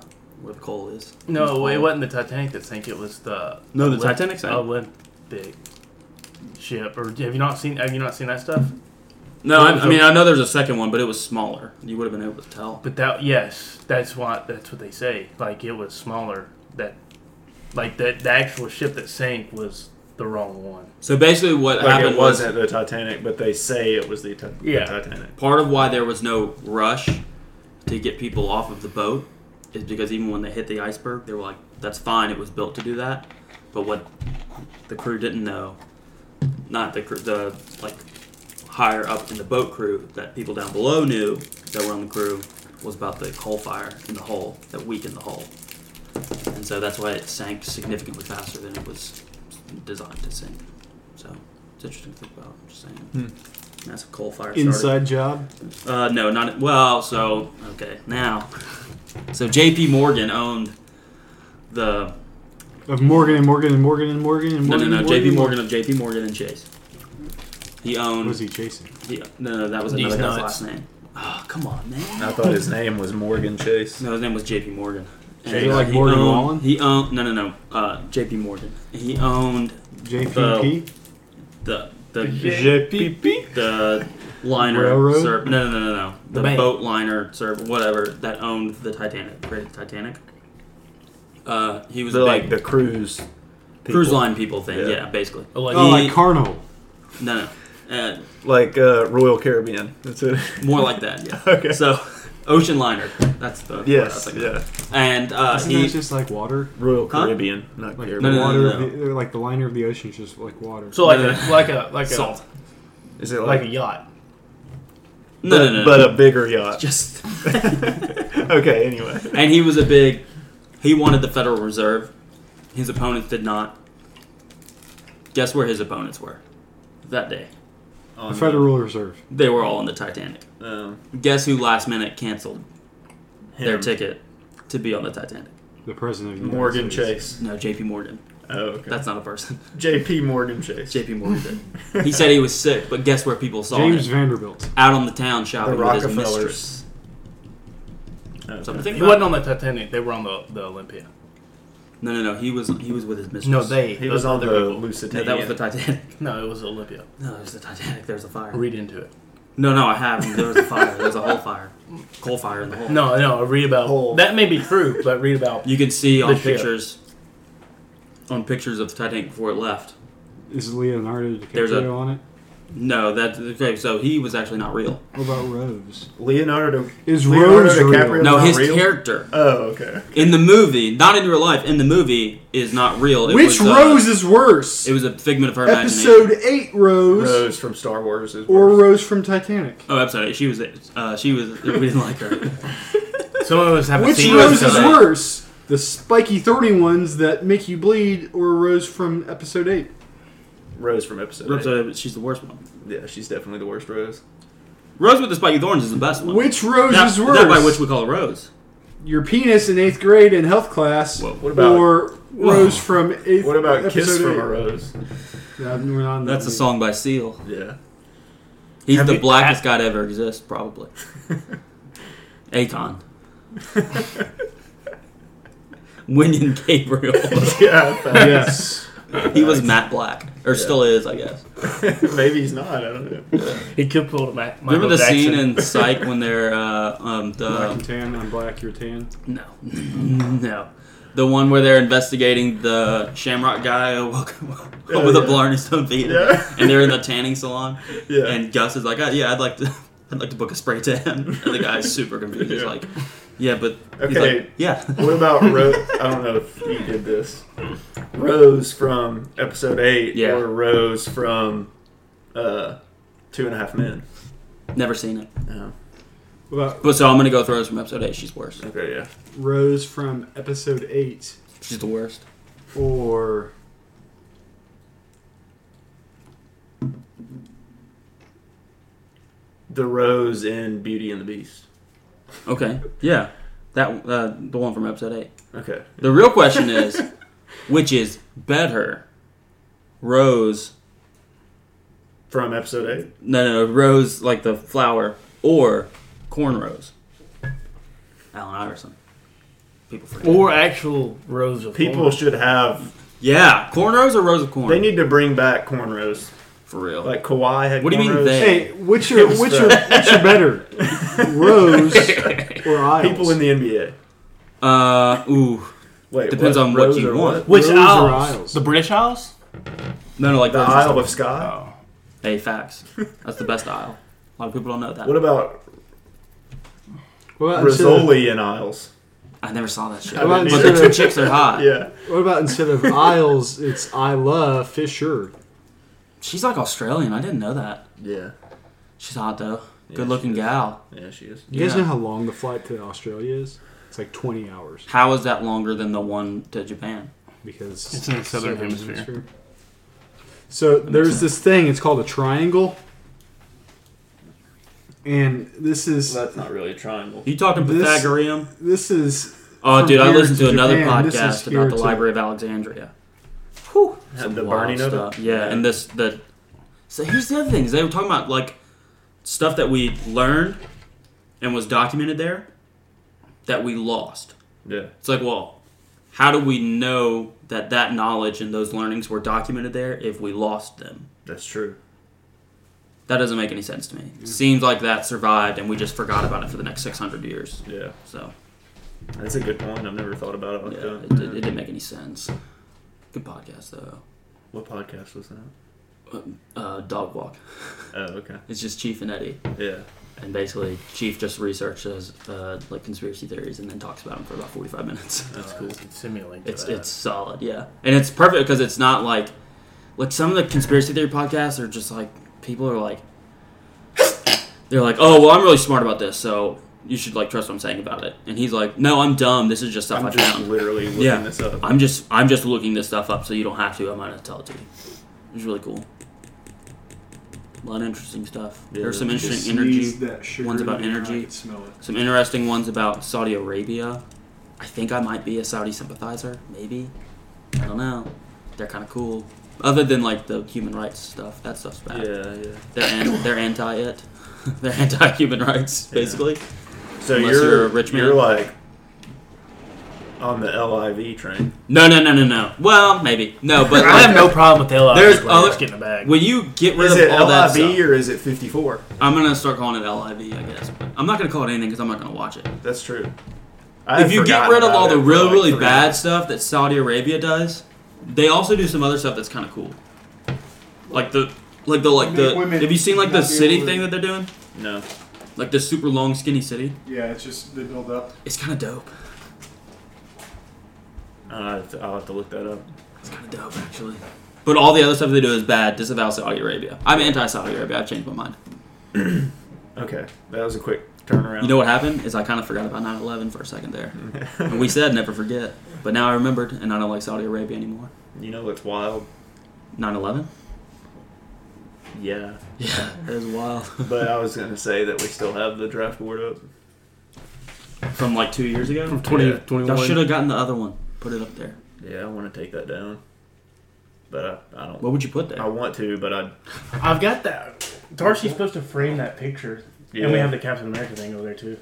[SPEAKER 3] where the coal is.
[SPEAKER 1] No, it wasn't the Titanic that sank. It was the
[SPEAKER 3] No, the
[SPEAKER 1] Olymp-
[SPEAKER 3] Titanic sank.
[SPEAKER 1] Olympic ship. Or have you not seen? Have you not seen that stuff?
[SPEAKER 3] No,
[SPEAKER 1] There
[SPEAKER 3] I,
[SPEAKER 1] was
[SPEAKER 3] I
[SPEAKER 1] a-
[SPEAKER 3] mean I know there's a second one, but it was smaller. You would have been able to tell.
[SPEAKER 1] But that yes, that's what that's what they say. Like it was smaller. That like that the actual ship that sank was the wrong one.
[SPEAKER 3] So basically, what
[SPEAKER 2] like
[SPEAKER 3] happened
[SPEAKER 2] it
[SPEAKER 3] was
[SPEAKER 2] wasn't the Titanic, but they say it was the, Ti- the
[SPEAKER 1] Yeah.
[SPEAKER 2] Titanic.
[SPEAKER 3] part of why there was no rush to get people off of the boat is because even when they hit the iceberg, they were like, "That's fine. It was built to do that." But what the crew didn't know, not the crew, the like higher up in the boat crew that people down below knew that were on the crew was about the coal fire in the hull that weakened the hull, and so that's why it sank significantly faster than it was designed to sink. So it's interesting to think about. I'm just saying, massive coal fire started.
[SPEAKER 4] Inside job.
[SPEAKER 3] Uh, no, not well. So okay, now, so J.P. Morgan owned the
[SPEAKER 4] Of Morgan and Morgan and Morgan and Morgan and
[SPEAKER 3] no, no,
[SPEAKER 4] Morgan.
[SPEAKER 3] no.
[SPEAKER 4] and
[SPEAKER 3] J.P.
[SPEAKER 4] and
[SPEAKER 3] Morgan of J.P. Morgan and Chase. He
[SPEAKER 4] What
[SPEAKER 3] owned.
[SPEAKER 4] was he chasing?
[SPEAKER 3] he- no, no, that was
[SPEAKER 1] These
[SPEAKER 3] another guy's
[SPEAKER 1] nuts.
[SPEAKER 3] last name. Oh, come on,
[SPEAKER 4] Uh,
[SPEAKER 3] man.
[SPEAKER 2] I thought his name was Morgan Chase.
[SPEAKER 3] No, his name was J.P. Morgan. And
[SPEAKER 4] J.P. like Morgan
[SPEAKER 3] owned,
[SPEAKER 4] Wallen?
[SPEAKER 3] He owned no, no, no. Uh, J.P. Morgan. He owned
[SPEAKER 4] JPP.
[SPEAKER 3] the the
[SPEAKER 4] JPP.
[SPEAKER 3] the liner
[SPEAKER 4] Railroad?
[SPEAKER 3] serv- No, no, no, no, no.
[SPEAKER 1] The
[SPEAKER 3] The,
[SPEAKER 1] bank.
[SPEAKER 3] boat liner serv whatever that owned the Titanic, created the Titanic. Uh, he was
[SPEAKER 2] They're
[SPEAKER 3] a
[SPEAKER 2] like
[SPEAKER 3] big
[SPEAKER 2] the cruise
[SPEAKER 3] cruise
[SPEAKER 2] people.
[SPEAKER 3] line people thing.
[SPEAKER 2] Yeah.
[SPEAKER 3] Yeah, basically.
[SPEAKER 4] Oh,
[SPEAKER 3] He-
[SPEAKER 4] like Carnival.
[SPEAKER 3] no, no, uh,
[SPEAKER 2] like uh, Royal Caribbean. That's it.
[SPEAKER 3] more like that. Yeah.
[SPEAKER 2] okay.
[SPEAKER 3] So, ocean liner. That's the word I was
[SPEAKER 2] yes,
[SPEAKER 3] thinking of.
[SPEAKER 2] yeah,
[SPEAKER 3] And uh,
[SPEAKER 4] Isn't
[SPEAKER 3] he
[SPEAKER 4] that just like water?
[SPEAKER 2] Royal
[SPEAKER 3] Huh?
[SPEAKER 2] Caribbean, not
[SPEAKER 4] Like
[SPEAKER 2] Caribbean.
[SPEAKER 4] the
[SPEAKER 3] No, no, no,
[SPEAKER 4] water,
[SPEAKER 3] no,
[SPEAKER 4] Of the, like the liner of the ocean, is just like water.
[SPEAKER 1] So like
[SPEAKER 3] No, no,
[SPEAKER 1] a, like a like a
[SPEAKER 3] salt.
[SPEAKER 2] Is it
[SPEAKER 1] like
[SPEAKER 2] like,
[SPEAKER 1] a yacht.
[SPEAKER 3] No, no, no, no.
[SPEAKER 2] but a bigger yacht?
[SPEAKER 3] just
[SPEAKER 2] okay, anyway.
[SPEAKER 3] and he was a big. He wanted the Federal Reserve. His opponents did not. Guess where his opponents were that day?
[SPEAKER 4] the Federal Reserve.
[SPEAKER 3] They were all on the Titanic.
[SPEAKER 2] Um,
[SPEAKER 3] Guess who last minute canceled their
[SPEAKER 2] him.
[SPEAKER 3] ticket to be on the Titanic?
[SPEAKER 4] The president of the United
[SPEAKER 2] Morgan
[SPEAKER 4] States.
[SPEAKER 2] Chase.
[SPEAKER 3] No, J.P. Morgan.
[SPEAKER 2] Oh, okay.
[SPEAKER 3] That's not a person.
[SPEAKER 2] J.P. Morgan Chase.
[SPEAKER 3] J.P. Morgan did. He said he was sick, but guess where people saw
[SPEAKER 4] James
[SPEAKER 3] him?
[SPEAKER 4] Vanderbilt.
[SPEAKER 3] Out on the town shopping
[SPEAKER 2] the
[SPEAKER 3] with his
[SPEAKER 2] Rockefellers.
[SPEAKER 3] mistress.
[SPEAKER 2] Okay.
[SPEAKER 3] Something to think
[SPEAKER 1] He
[SPEAKER 3] about.
[SPEAKER 1] wasn't on the Titanic. They were on the the Olympia.
[SPEAKER 3] No, no, no. He was he was with his mistress.
[SPEAKER 1] No, they.
[SPEAKER 2] He was
[SPEAKER 1] those
[SPEAKER 2] on
[SPEAKER 1] other
[SPEAKER 2] the
[SPEAKER 1] people.
[SPEAKER 3] No,
[SPEAKER 2] Lusitania.
[SPEAKER 3] that was the Titanic.
[SPEAKER 1] No, it was Olympia.
[SPEAKER 3] No, it was the Titanic. There was a fire.
[SPEAKER 1] Read into it.
[SPEAKER 3] No, no, I have. There was a fire. There was a whole fire. Coal fire in the hole.
[SPEAKER 1] No, no. Read about
[SPEAKER 2] Whole-
[SPEAKER 1] that may be true, but read about
[SPEAKER 3] You can see on
[SPEAKER 1] The ship.
[SPEAKER 3] pictures on pictures of the Titanic before it left.
[SPEAKER 4] Is Leonardo
[SPEAKER 3] There's a-
[SPEAKER 4] DiCaprio on it?
[SPEAKER 3] No, that's okay, so he was actually not real.
[SPEAKER 4] What about Rose?
[SPEAKER 2] Leonardo.
[SPEAKER 4] Is
[SPEAKER 2] Leonardo
[SPEAKER 4] Rose
[SPEAKER 2] DiCaprio-
[SPEAKER 4] real?
[SPEAKER 3] No,
[SPEAKER 2] not
[SPEAKER 3] his
[SPEAKER 2] real?
[SPEAKER 3] character
[SPEAKER 2] Oh, okay.
[SPEAKER 3] in the movie, not in real life, in the movie is not real. It
[SPEAKER 4] Which
[SPEAKER 3] was, uh,
[SPEAKER 4] Rose is worse?
[SPEAKER 3] It was a figment of her
[SPEAKER 4] Episode
[SPEAKER 3] imagination.
[SPEAKER 4] eight Rose,
[SPEAKER 2] Rose from Star Wars is
[SPEAKER 4] or
[SPEAKER 2] worse.
[SPEAKER 4] Rose from Titanic.
[SPEAKER 3] Oh, episode eight. She was. Uh, she was. We didn't like her.
[SPEAKER 1] some of us haven't
[SPEAKER 4] Which
[SPEAKER 1] seen
[SPEAKER 4] Rose
[SPEAKER 1] those
[SPEAKER 4] is
[SPEAKER 1] other-
[SPEAKER 4] worse? The spiky thorny ones that make you bleed, or Rose from episode eight?
[SPEAKER 2] Rose from episode. eight.
[SPEAKER 3] Episode eight, she's the worst one.
[SPEAKER 2] Yeah, she's definitely the worst Rose.
[SPEAKER 3] Rose with the spiky thorns is the best one.
[SPEAKER 4] Which Rose
[SPEAKER 3] That-
[SPEAKER 4] is worse?
[SPEAKER 3] That by which we call Rose.
[SPEAKER 4] Your penis in eighth grade in health class,
[SPEAKER 3] Whoa.
[SPEAKER 2] What about-
[SPEAKER 4] or Rose from eighth?
[SPEAKER 2] What about
[SPEAKER 4] episode
[SPEAKER 2] Kiss from
[SPEAKER 4] eight?
[SPEAKER 2] a Rose?
[SPEAKER 4] Yeah, we're not on that
[SPEAKER 3] That's a
[SPEAKER 4] one.
[SPEAKER 3] song by Seal.
[SPEAKER 2] Yeah.
[SPEAKER 3] He's
[SPEAKER 1] Have
[SPEAKER 3] the
[SPEAKER 1] you-
[SPEAKER 3] blackest guy to ever exist, probably. Akon. Winion Gabriel.
[SPEAKER 2] yeah. I found-
[SPEAKER 4] Yes.
[SPEAKER 3] he was Matt Black. Or still is, I guess.
[SPEAKER 2] Maybe he's not. I don't know.
[SPEAKER 1] He could pull a Mac- Michael
[SPEAKER 3] Remember the
[SPEAKER 1] Jackson.
[SPEAKER 3] scene in Psych when they're uh, um
[SPEAKER 4] black
[SPEAKER 3] the
[SPEAKER 4] and tan. I'm black. You're tan.
[SPEAKER 3] No. no. The one where they're investigating the Shamrock guy who woke up
[SPEAKER 2] Oh,
[SPEAKER 3] with a
[SPEAKER 2] yeah.
[SPEAKER 3] blower in his own feet,
[SPEAKER 2] Yeah.
[SPEAKER 3] and they're in the tanning salon.
[SPEAKER 2] Yeah.
[SPEAKER 3] And Gus is like, oh, "Yeah, I'd like to, I'd like to book a spray tan." And the guy's super confused. He's
[SPEAKER 2] Yeah.
[SPEAKER 3] like, "Yeah, but he's
[SPEAKER 2] Okay.
[SPEAKER 3] like, yeah,
[SPEAKER 2] What about Rose? I don't know if you did this. Rose from episode eight,
[SPEAKER 3] Yeah.
[SPEAKER 2] or Rose from uh, Two and a Half Men.
[SPEAKER 3] never seen it."
[SPEAKER 2] Oh,
[SPEAKER 4] What about
[SPEAKER 3] But so I'm gonna go through those from episode eight. She's worse.
[SPEAKER 2] okay, yeah.
[SPEAKER 4] Rose from episode eight
[SPEAKER 3] She's the worst.
[SPEAKER 4] or
[SPEAKER 2] The Rose in Beauty and the Beast.
[SPEAKER 3] Okay, yeah, that uh, the one from episode eight.
[SPEAKER 2] Okay.
[SPEAKER 3] The real question is, which is better, Rose?
[SPEAKER 2] From episode eight?
[SPEAKER 3] No, no, no, Rose like the flower or cornrows. Alan Iverson. People forget.
[SPEAKER 1] Or actual rows of
[SPEAKER 2] People
[SPEAKER 1] corn.
[SPEAKER 2] should have.
[SPEAKER 3] Yeah, cornrows or rows of corn.
[SPEAKER 2] They need to bring back cornrows.
[SPEAKER 3] for real.
[SPEAKER 2] Like Kawhi had
[SPEAKER 3] What do you mean
[SPEAKER 2] cornrows.
[SPEAKER 3] they?
[SPEAKER 4] Hey, which are
[SPEAKER 2] It was
[SPEAKER 4] which
[SPEAKER 2] the-
[SPEAKER 4] are which are better? Rose or Isles?
[SPEAKER 2] People in the NBA.
[SPEAKER 3] uh, ooh,
[SPEAKER 2] Wait,
[SPEAKER 3] Depends
[SPEAKER 2] what?
[SPEAKER 3] on what
[SPEAKER 2] Rose
[SPEAKER 3] you
[SPEAKER 2] or
[SPEAKER 3] want.
[SPEAKER 1] Which
[SPEAKER 4] Rows or
[SPEAKER 1] Isles?
[SPEAKER 4] Isles?
[SPEAKER 1] The British Isles?
[SPEAKER 3] no, no, like
[SPEAKER 2] The
[SPEAKER 3] those
[SPEAKER 2] Isle of Skye.
[SPEAKER 1] Oh.
[SPEAKER 3] Hey, facts. That's the best aisle. A lot of people don't know that.
[SPEAKER 2] What about
[SPEAKER 4] What about instead of-
[SPEAKER 2] Rizzoli and Isles?
[SPEAKER 3] I never saw that shit.
[SPEAKER 2] I
[SPEAKER 3] But
[SPEAKER 4] didn't
[SPEAKER 3] the
[SPEAKER 4] either.
[SPEAKER 3] two chicks are hot.
[SPEAKER 2] Yeah.
[SPEAKER 4] What about instead of Isles, it's I love Fisher.
[SPEAKER 3] She's like Australian. I didn't know that.
[SPEAKER 2] Yeah.
[SPEAKER 3] She's hot though.
[SPEAKER 2] Yeah,
[SPEAKER 3] Good looking gal.
[SPEAKER 2] Yeah, she is.
[SPEAKER 4] You guys
[SPEAKER 3] Yeah.
[SPEAKER 4] know how long the flight to Australia is? It's like twenty hours
[SPEAKER 3] How is that longer than the one to Japan?
[SPEAKER 4] because
[SPEAKER 1] It's in the southern hemisphere.
[SPEAKER 4] So
[SPEAKER 3] makes
[SPEAKER 4] there's this thing. It's called a triangle, and this is
[SPEAKER 2] That's not really a triangle.
[SPEAKER 3] You talking
[SPEAKER 4] This-
[SPEAKER 3] Pythagorean?
[SPEAKER 4] this is
[SPEAKER 3] Oh,
[SPEAKER 4] From
[SPEAKER 3] dude, I
[SPEAKER 4] here
[SPEAKER 3] listened to,
[SPEAKER 4] to
[SPEAKER 3] another
[SPEAKER 4] Japan, this is
[SPEAKER 3] podcast
[SPEAKER 4] here
[SPEAKER 3] about the
[SPEAKER 4] to-
[SPEAKER 3] Library of Alexandria.
[SPEAKER 2] Had the
[SPEAKER 3] Wild
[SPEAKER 2] burning of
[SPEAKER 3] stuff.
[SPEAKER 2] it.
[SPEAKER 3] Yeah, and this the. So here's the other thing: is they were talking about like stuff that we learned and was documented there that we lost.
[SPEAKER 2] Yeah.
[SPEAKER 3] It's like, well, how do we know that that knowledge and those learnings were documented there if we lost them?
[SPEAKER 2] That's true.
[SPEAKER 3] That doesn't make any sense to me. Seems like that survived and we just forgot about it for the next 600 years.
[SPEAKER 2] Yeah.
[SPEAKER 3] So
[SPEAKER 2] That's a good point. I've never thought about it
[SPEAKER 3] yeah,
[SPEAKER 2] like
[SPEAKER 3] it,
[SPEAKER 2] that.
[SPEAKER 3] it, it didn't make any sense. Good podcast though.
[SPEAKER 2] What podcast was that?
[SPEAKER 3] Uh, dog walk.
[SPEAKER 2] Oh, okay.
[SPEAKER 3] It's just Chief and Eddie.
[SPEAKER 2] Yeah.
[SPEAKER 3] and basically chief just researches uh, like conspiracy theories and then talks about them for about 45 minutes
[SPEAKER 2] That's
[SPEAKER 1] Uh,
[SPEAKER 2] cool.
[SPEAKER 1] It's similar to
[SPEAKER 3] it's
[SPEAKER 1] that.
[SPEAKER 3] it's solid yeah and it's perfect because it's not like like some of the conspiracy theory podcasts are just like people are like they're like oh well i'm really smart about this so you should like trust what i'm saying about it and he's like no i'm dumb this is just stuff
[SPEAKER 2] I'm
[SPEAKER 3] i
[SPEAKER 2] just
[SPEAKER 3] found
[SPEAKER 2] literally looking
[SPEAKER 3] Yeah.
[SPEAKER 2] this up.
[SPEAKER 3] i'm just i'm just looking this stuff up so you don't have to i'm not gonna tell it to you it's really cool a lot of interesting stuff
[SPEAKER 2] Yeah,
[SPEAKER 3] there's some
[SPEAKER 2] just
[SPEAKER 3] interesting energy
[SPEAKER 4] That sugar
[SPEAKER 3] One's about
[SPEAKER 4] in there,
[SPEAKER 3] energy.
[SPEAKER 4] I could smell it.
[SPEAKER 3] some interesting ones about Saudi Arabia. I think I might be a Saudi sympathizer, maybe. I don't know. They're kind of cool. Other than like the human rights stuff, that stuff's bad.
[SPEAKER 2] Yeah, yeah.
[SPEAKER 3] They're an- they're anti it. they're anti human rights,
[SPEAKER 2] Yeah.
[SPEAKER 3] basically.
[SPEAKER 2] So
[SPEAKER 3] Unless
[SPEAKER 2] you're,
[SPEAKER 3] you're a rich man.
[SPEAKER 2] You're like on the LIV train.
[SPEAKER 3] No, no, no, no, no. Well, maybe no, but
[SPEAKER 1] I have
[SPEAKER 3] like,
[SPEAKER 1] no problem with LIV.
[SPEAKER 3] There's
[SPEAKER 1] There's other
[SPEAKER 3] other-
[SPEAKER 1] getting a bag.
[SPEAKER 3] When you get rid
[SPEAKER 2] Is
[SPEAKER 3] of
[SPEAKER 2] it
[SPEAKER 3] all that
[SPEAKER 2] LIV
[SPEAKER 3] stuff,
[SPEAKER 2] or is it 54?
[SPEAKER 3] I'm gonna start calling it LIV, I guess. But I'm not gonna call it anything because I'm not gonna watch it.
[SPEAKER 2] That's true. I
[SPEAKER 3] if
[SPEAKER 2] had
[SPEAKER 3] you get
[SPEAKER 2] forgotten
[SPEAKER 3] rid of
[SPEAKER 2] about
[SPEAKER 3] all the
[SPEAKER 2] it for
[SPEAKER 3] real,
[SPEAKER 2] like
[SPEAKER 3] really
[SPEAKER 2] three
[SPEAKER 3] bad
[SPEAKER 2] months.
[SPEAKER 3] stuff that Saudi Arabia does, they also do some other stuff that's kind of cool. Like the, like the, like
[SPEAKER 6] Make
[SPEAKER 3] the.
[SPEAKER 6] women
[SPEAKER 3] Have you seen like
[SPEAKER 6] not
[SPEAKER 3] the
[SPEAKER 6] be
[SPEAKER 3] city
[SPEAKER 6] able to-
[SPEAKER 3] thing that they're doing?
[SPEAKER 2] No.
[SPEAKER 3] Like the super long, skinny city.
[SPEAKER 6] Yeah, it's just they build up.
[SPEAKER 3] It's kind of dope.
[SPEAKER 2] Uh, I'll have to look that up.
[SPEAKER 3] It's kind of dope actually. But all the other stuff they do is bad. Disavow Saudi Arabia. I'm anti-Saudi Arabia. I've changed my mind.
[SPEAKER 2] Okay. That was a quick turnaround.
[SPEAKER 3] You know what happened is I kind of forgot about 9/11 for a second there, and we said never forget. But now I remembered, and I don't like Saudi Arabia anymore.
[SPEAKER 2] you know what's wild?
[SPEAKER 3] 9/11.
[SPEAKER 2] Yeah.
[SPEAKER 3] Yeah, it was wild.
[SPEAKER 2] But I was going to say that we still have the draft board up.
[SPEAKER 3] From like two years ago.
[SPEAKER 1] from 20,
[SPEAKER 2] Yeah.
[SPEAKER 1] 21.
[SPEAKER 3] I should have gotten the other one. Put it up there.
[SPEAKER 2] Yeah, I want to take that down. But I, I don't.
[SPEAKER 3] What would you put there?
[SPEAKER 2] I want to, but I.
[SPEAKER 1] I've got that. Darcy's supposed to frame that picture.
[SPEAKER 2] Yeah.
[SPEAKER 1] And we have the Captain America thing over there, too.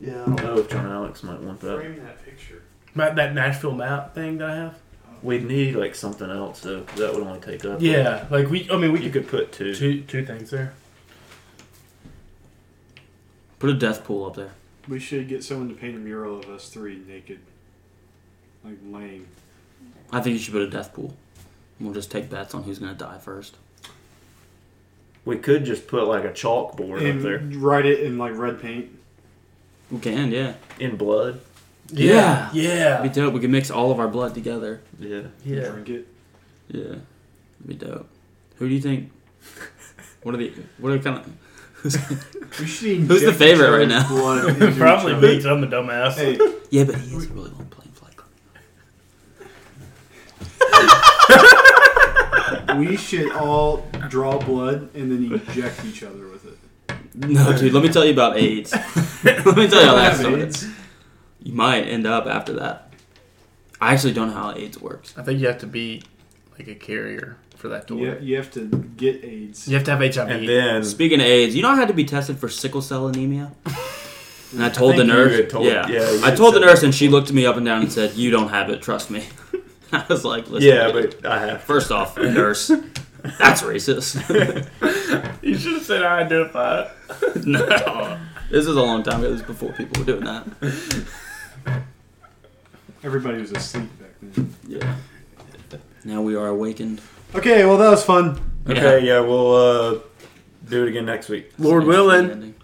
[SPEAKER 6] Yeah.
[SPEAKER 2] I don't know if John Alex might want that.
[SPEAKER 6] that picture.
[SPEAKER 1] That, that Nashville map thing that I have.
[SPEAKER 2] We'd need like something else, though. 'cause That would only take up.
[SPEAKER 1] Yeah, like we. I mean, we
[SPEAKER 2] You
[SPEAKER 1] could
[SPEAKER 2] could put two.
[SPEAKER 1] two two things there.
[SPEAKER 3] Put a death pool up there.
[SPEAKER 6] We should get someone to paint a mural of us three naked.
[SPEAKER 4] like lame.
[SPEAKER 3] I think you should put a death pool. We'll just take bets on who's going to die first.
[SPEAKER 2] We could just put like a chalkboard up
[SPEAKER 4] And
[SPEAKER 2] there
[SPEAKER 4] write it in like red paint.
[SPEAKER 3] We can, yeah.
[SPEAKER 2] in blood.
[SPEAKER 3] Yeah.
[SPEAKER 1] Yeah.
[SPEAKER 3] It'd be dope. We can mix all of our blood together.
[SPEAKER 2] Yeah.
[SPEAKER 4] and
[SPEAKER 1] Yeah.
[SPEAKER 4] Drink it.
[SPEAKER 3] Yeah. It'd be dope. Who do you think? What are the. What are kind of.
[SPEAKER 4] We should
[SPEAKER 3] Who's the
[SPEAKER 4] inject
[SPEAKER 3] favorite
[SPEAKER 4] each
[SPEAKER 3] right now?
[SPEAKER 4] other's blood into each
[SPEAKER 1] Probably
[SPEAKER 4] other.
[SPEAKER 1] me. 'cause I'm a dumbass.
[SPEAKER 4] Hey,
[SPEAKER 3] Yeah, but he has a really long plane flight.
[SPEAKER 4] we should all draw blood and then inject each other with it.
[SPEAKER 3] No, dude, let me tell you about AIDS. let me tell you how that
[SPEAKER 4] Have
[SPEAKER 3] started.
[SPEAKER 4] AIDS.
[SPEAKER 3] You might end up after that. I actually don't know how AIDS works.
[SPEAKER 1] I think you have to be like a carrier for that to
[SPEAKER 4] You,
[SPEAKER 1] work.
[SPEAKER 4] you have to get AIDS.
[SPEAKER 1] You have to have HIV.
[SPEAKER 2] And then
[SPEAKER 3] Speaking of AIDS, you know I had to be tested for sickle cell anemia? And I told the
[SPEAKER 2] think you
[SPEAKER 3] nurse.
[SPEAKER 2] had told-
[SPEAKER 3] yeah.
[SPEAKER 2] yeah, you
[SPEAKER 3] I
[SPEAKER 2] had
[SPEAKER 3] told the
[SPEAKER 2] said
[SPEAKER 3] nurse, and she looked me up and down and said, You don't have it, trust me. I was like, Listen,
[SPEAKER 2] yeah, but I have.
[SPEAKER 3] first off, nurse, that's racist.
[SPEAKER 1] you should have said I identify.
[SPEAKER 3] no. This is a long time ago. This is before people were doing that.
[SPEAKER 4] Everybody was asleep back then.
[SPEAKER 3] Yeah. Now we are awakened.
[SPEAKER 4] Okay, well that was fun.
[SPEAKER 2] Okay, yeah, we'll uh, do it again next week.
[SPEAKER 1] Lord
[SPEAKER 3] Interesting
[SPEAKER 1] willing.
[SPEAKER 3] ending.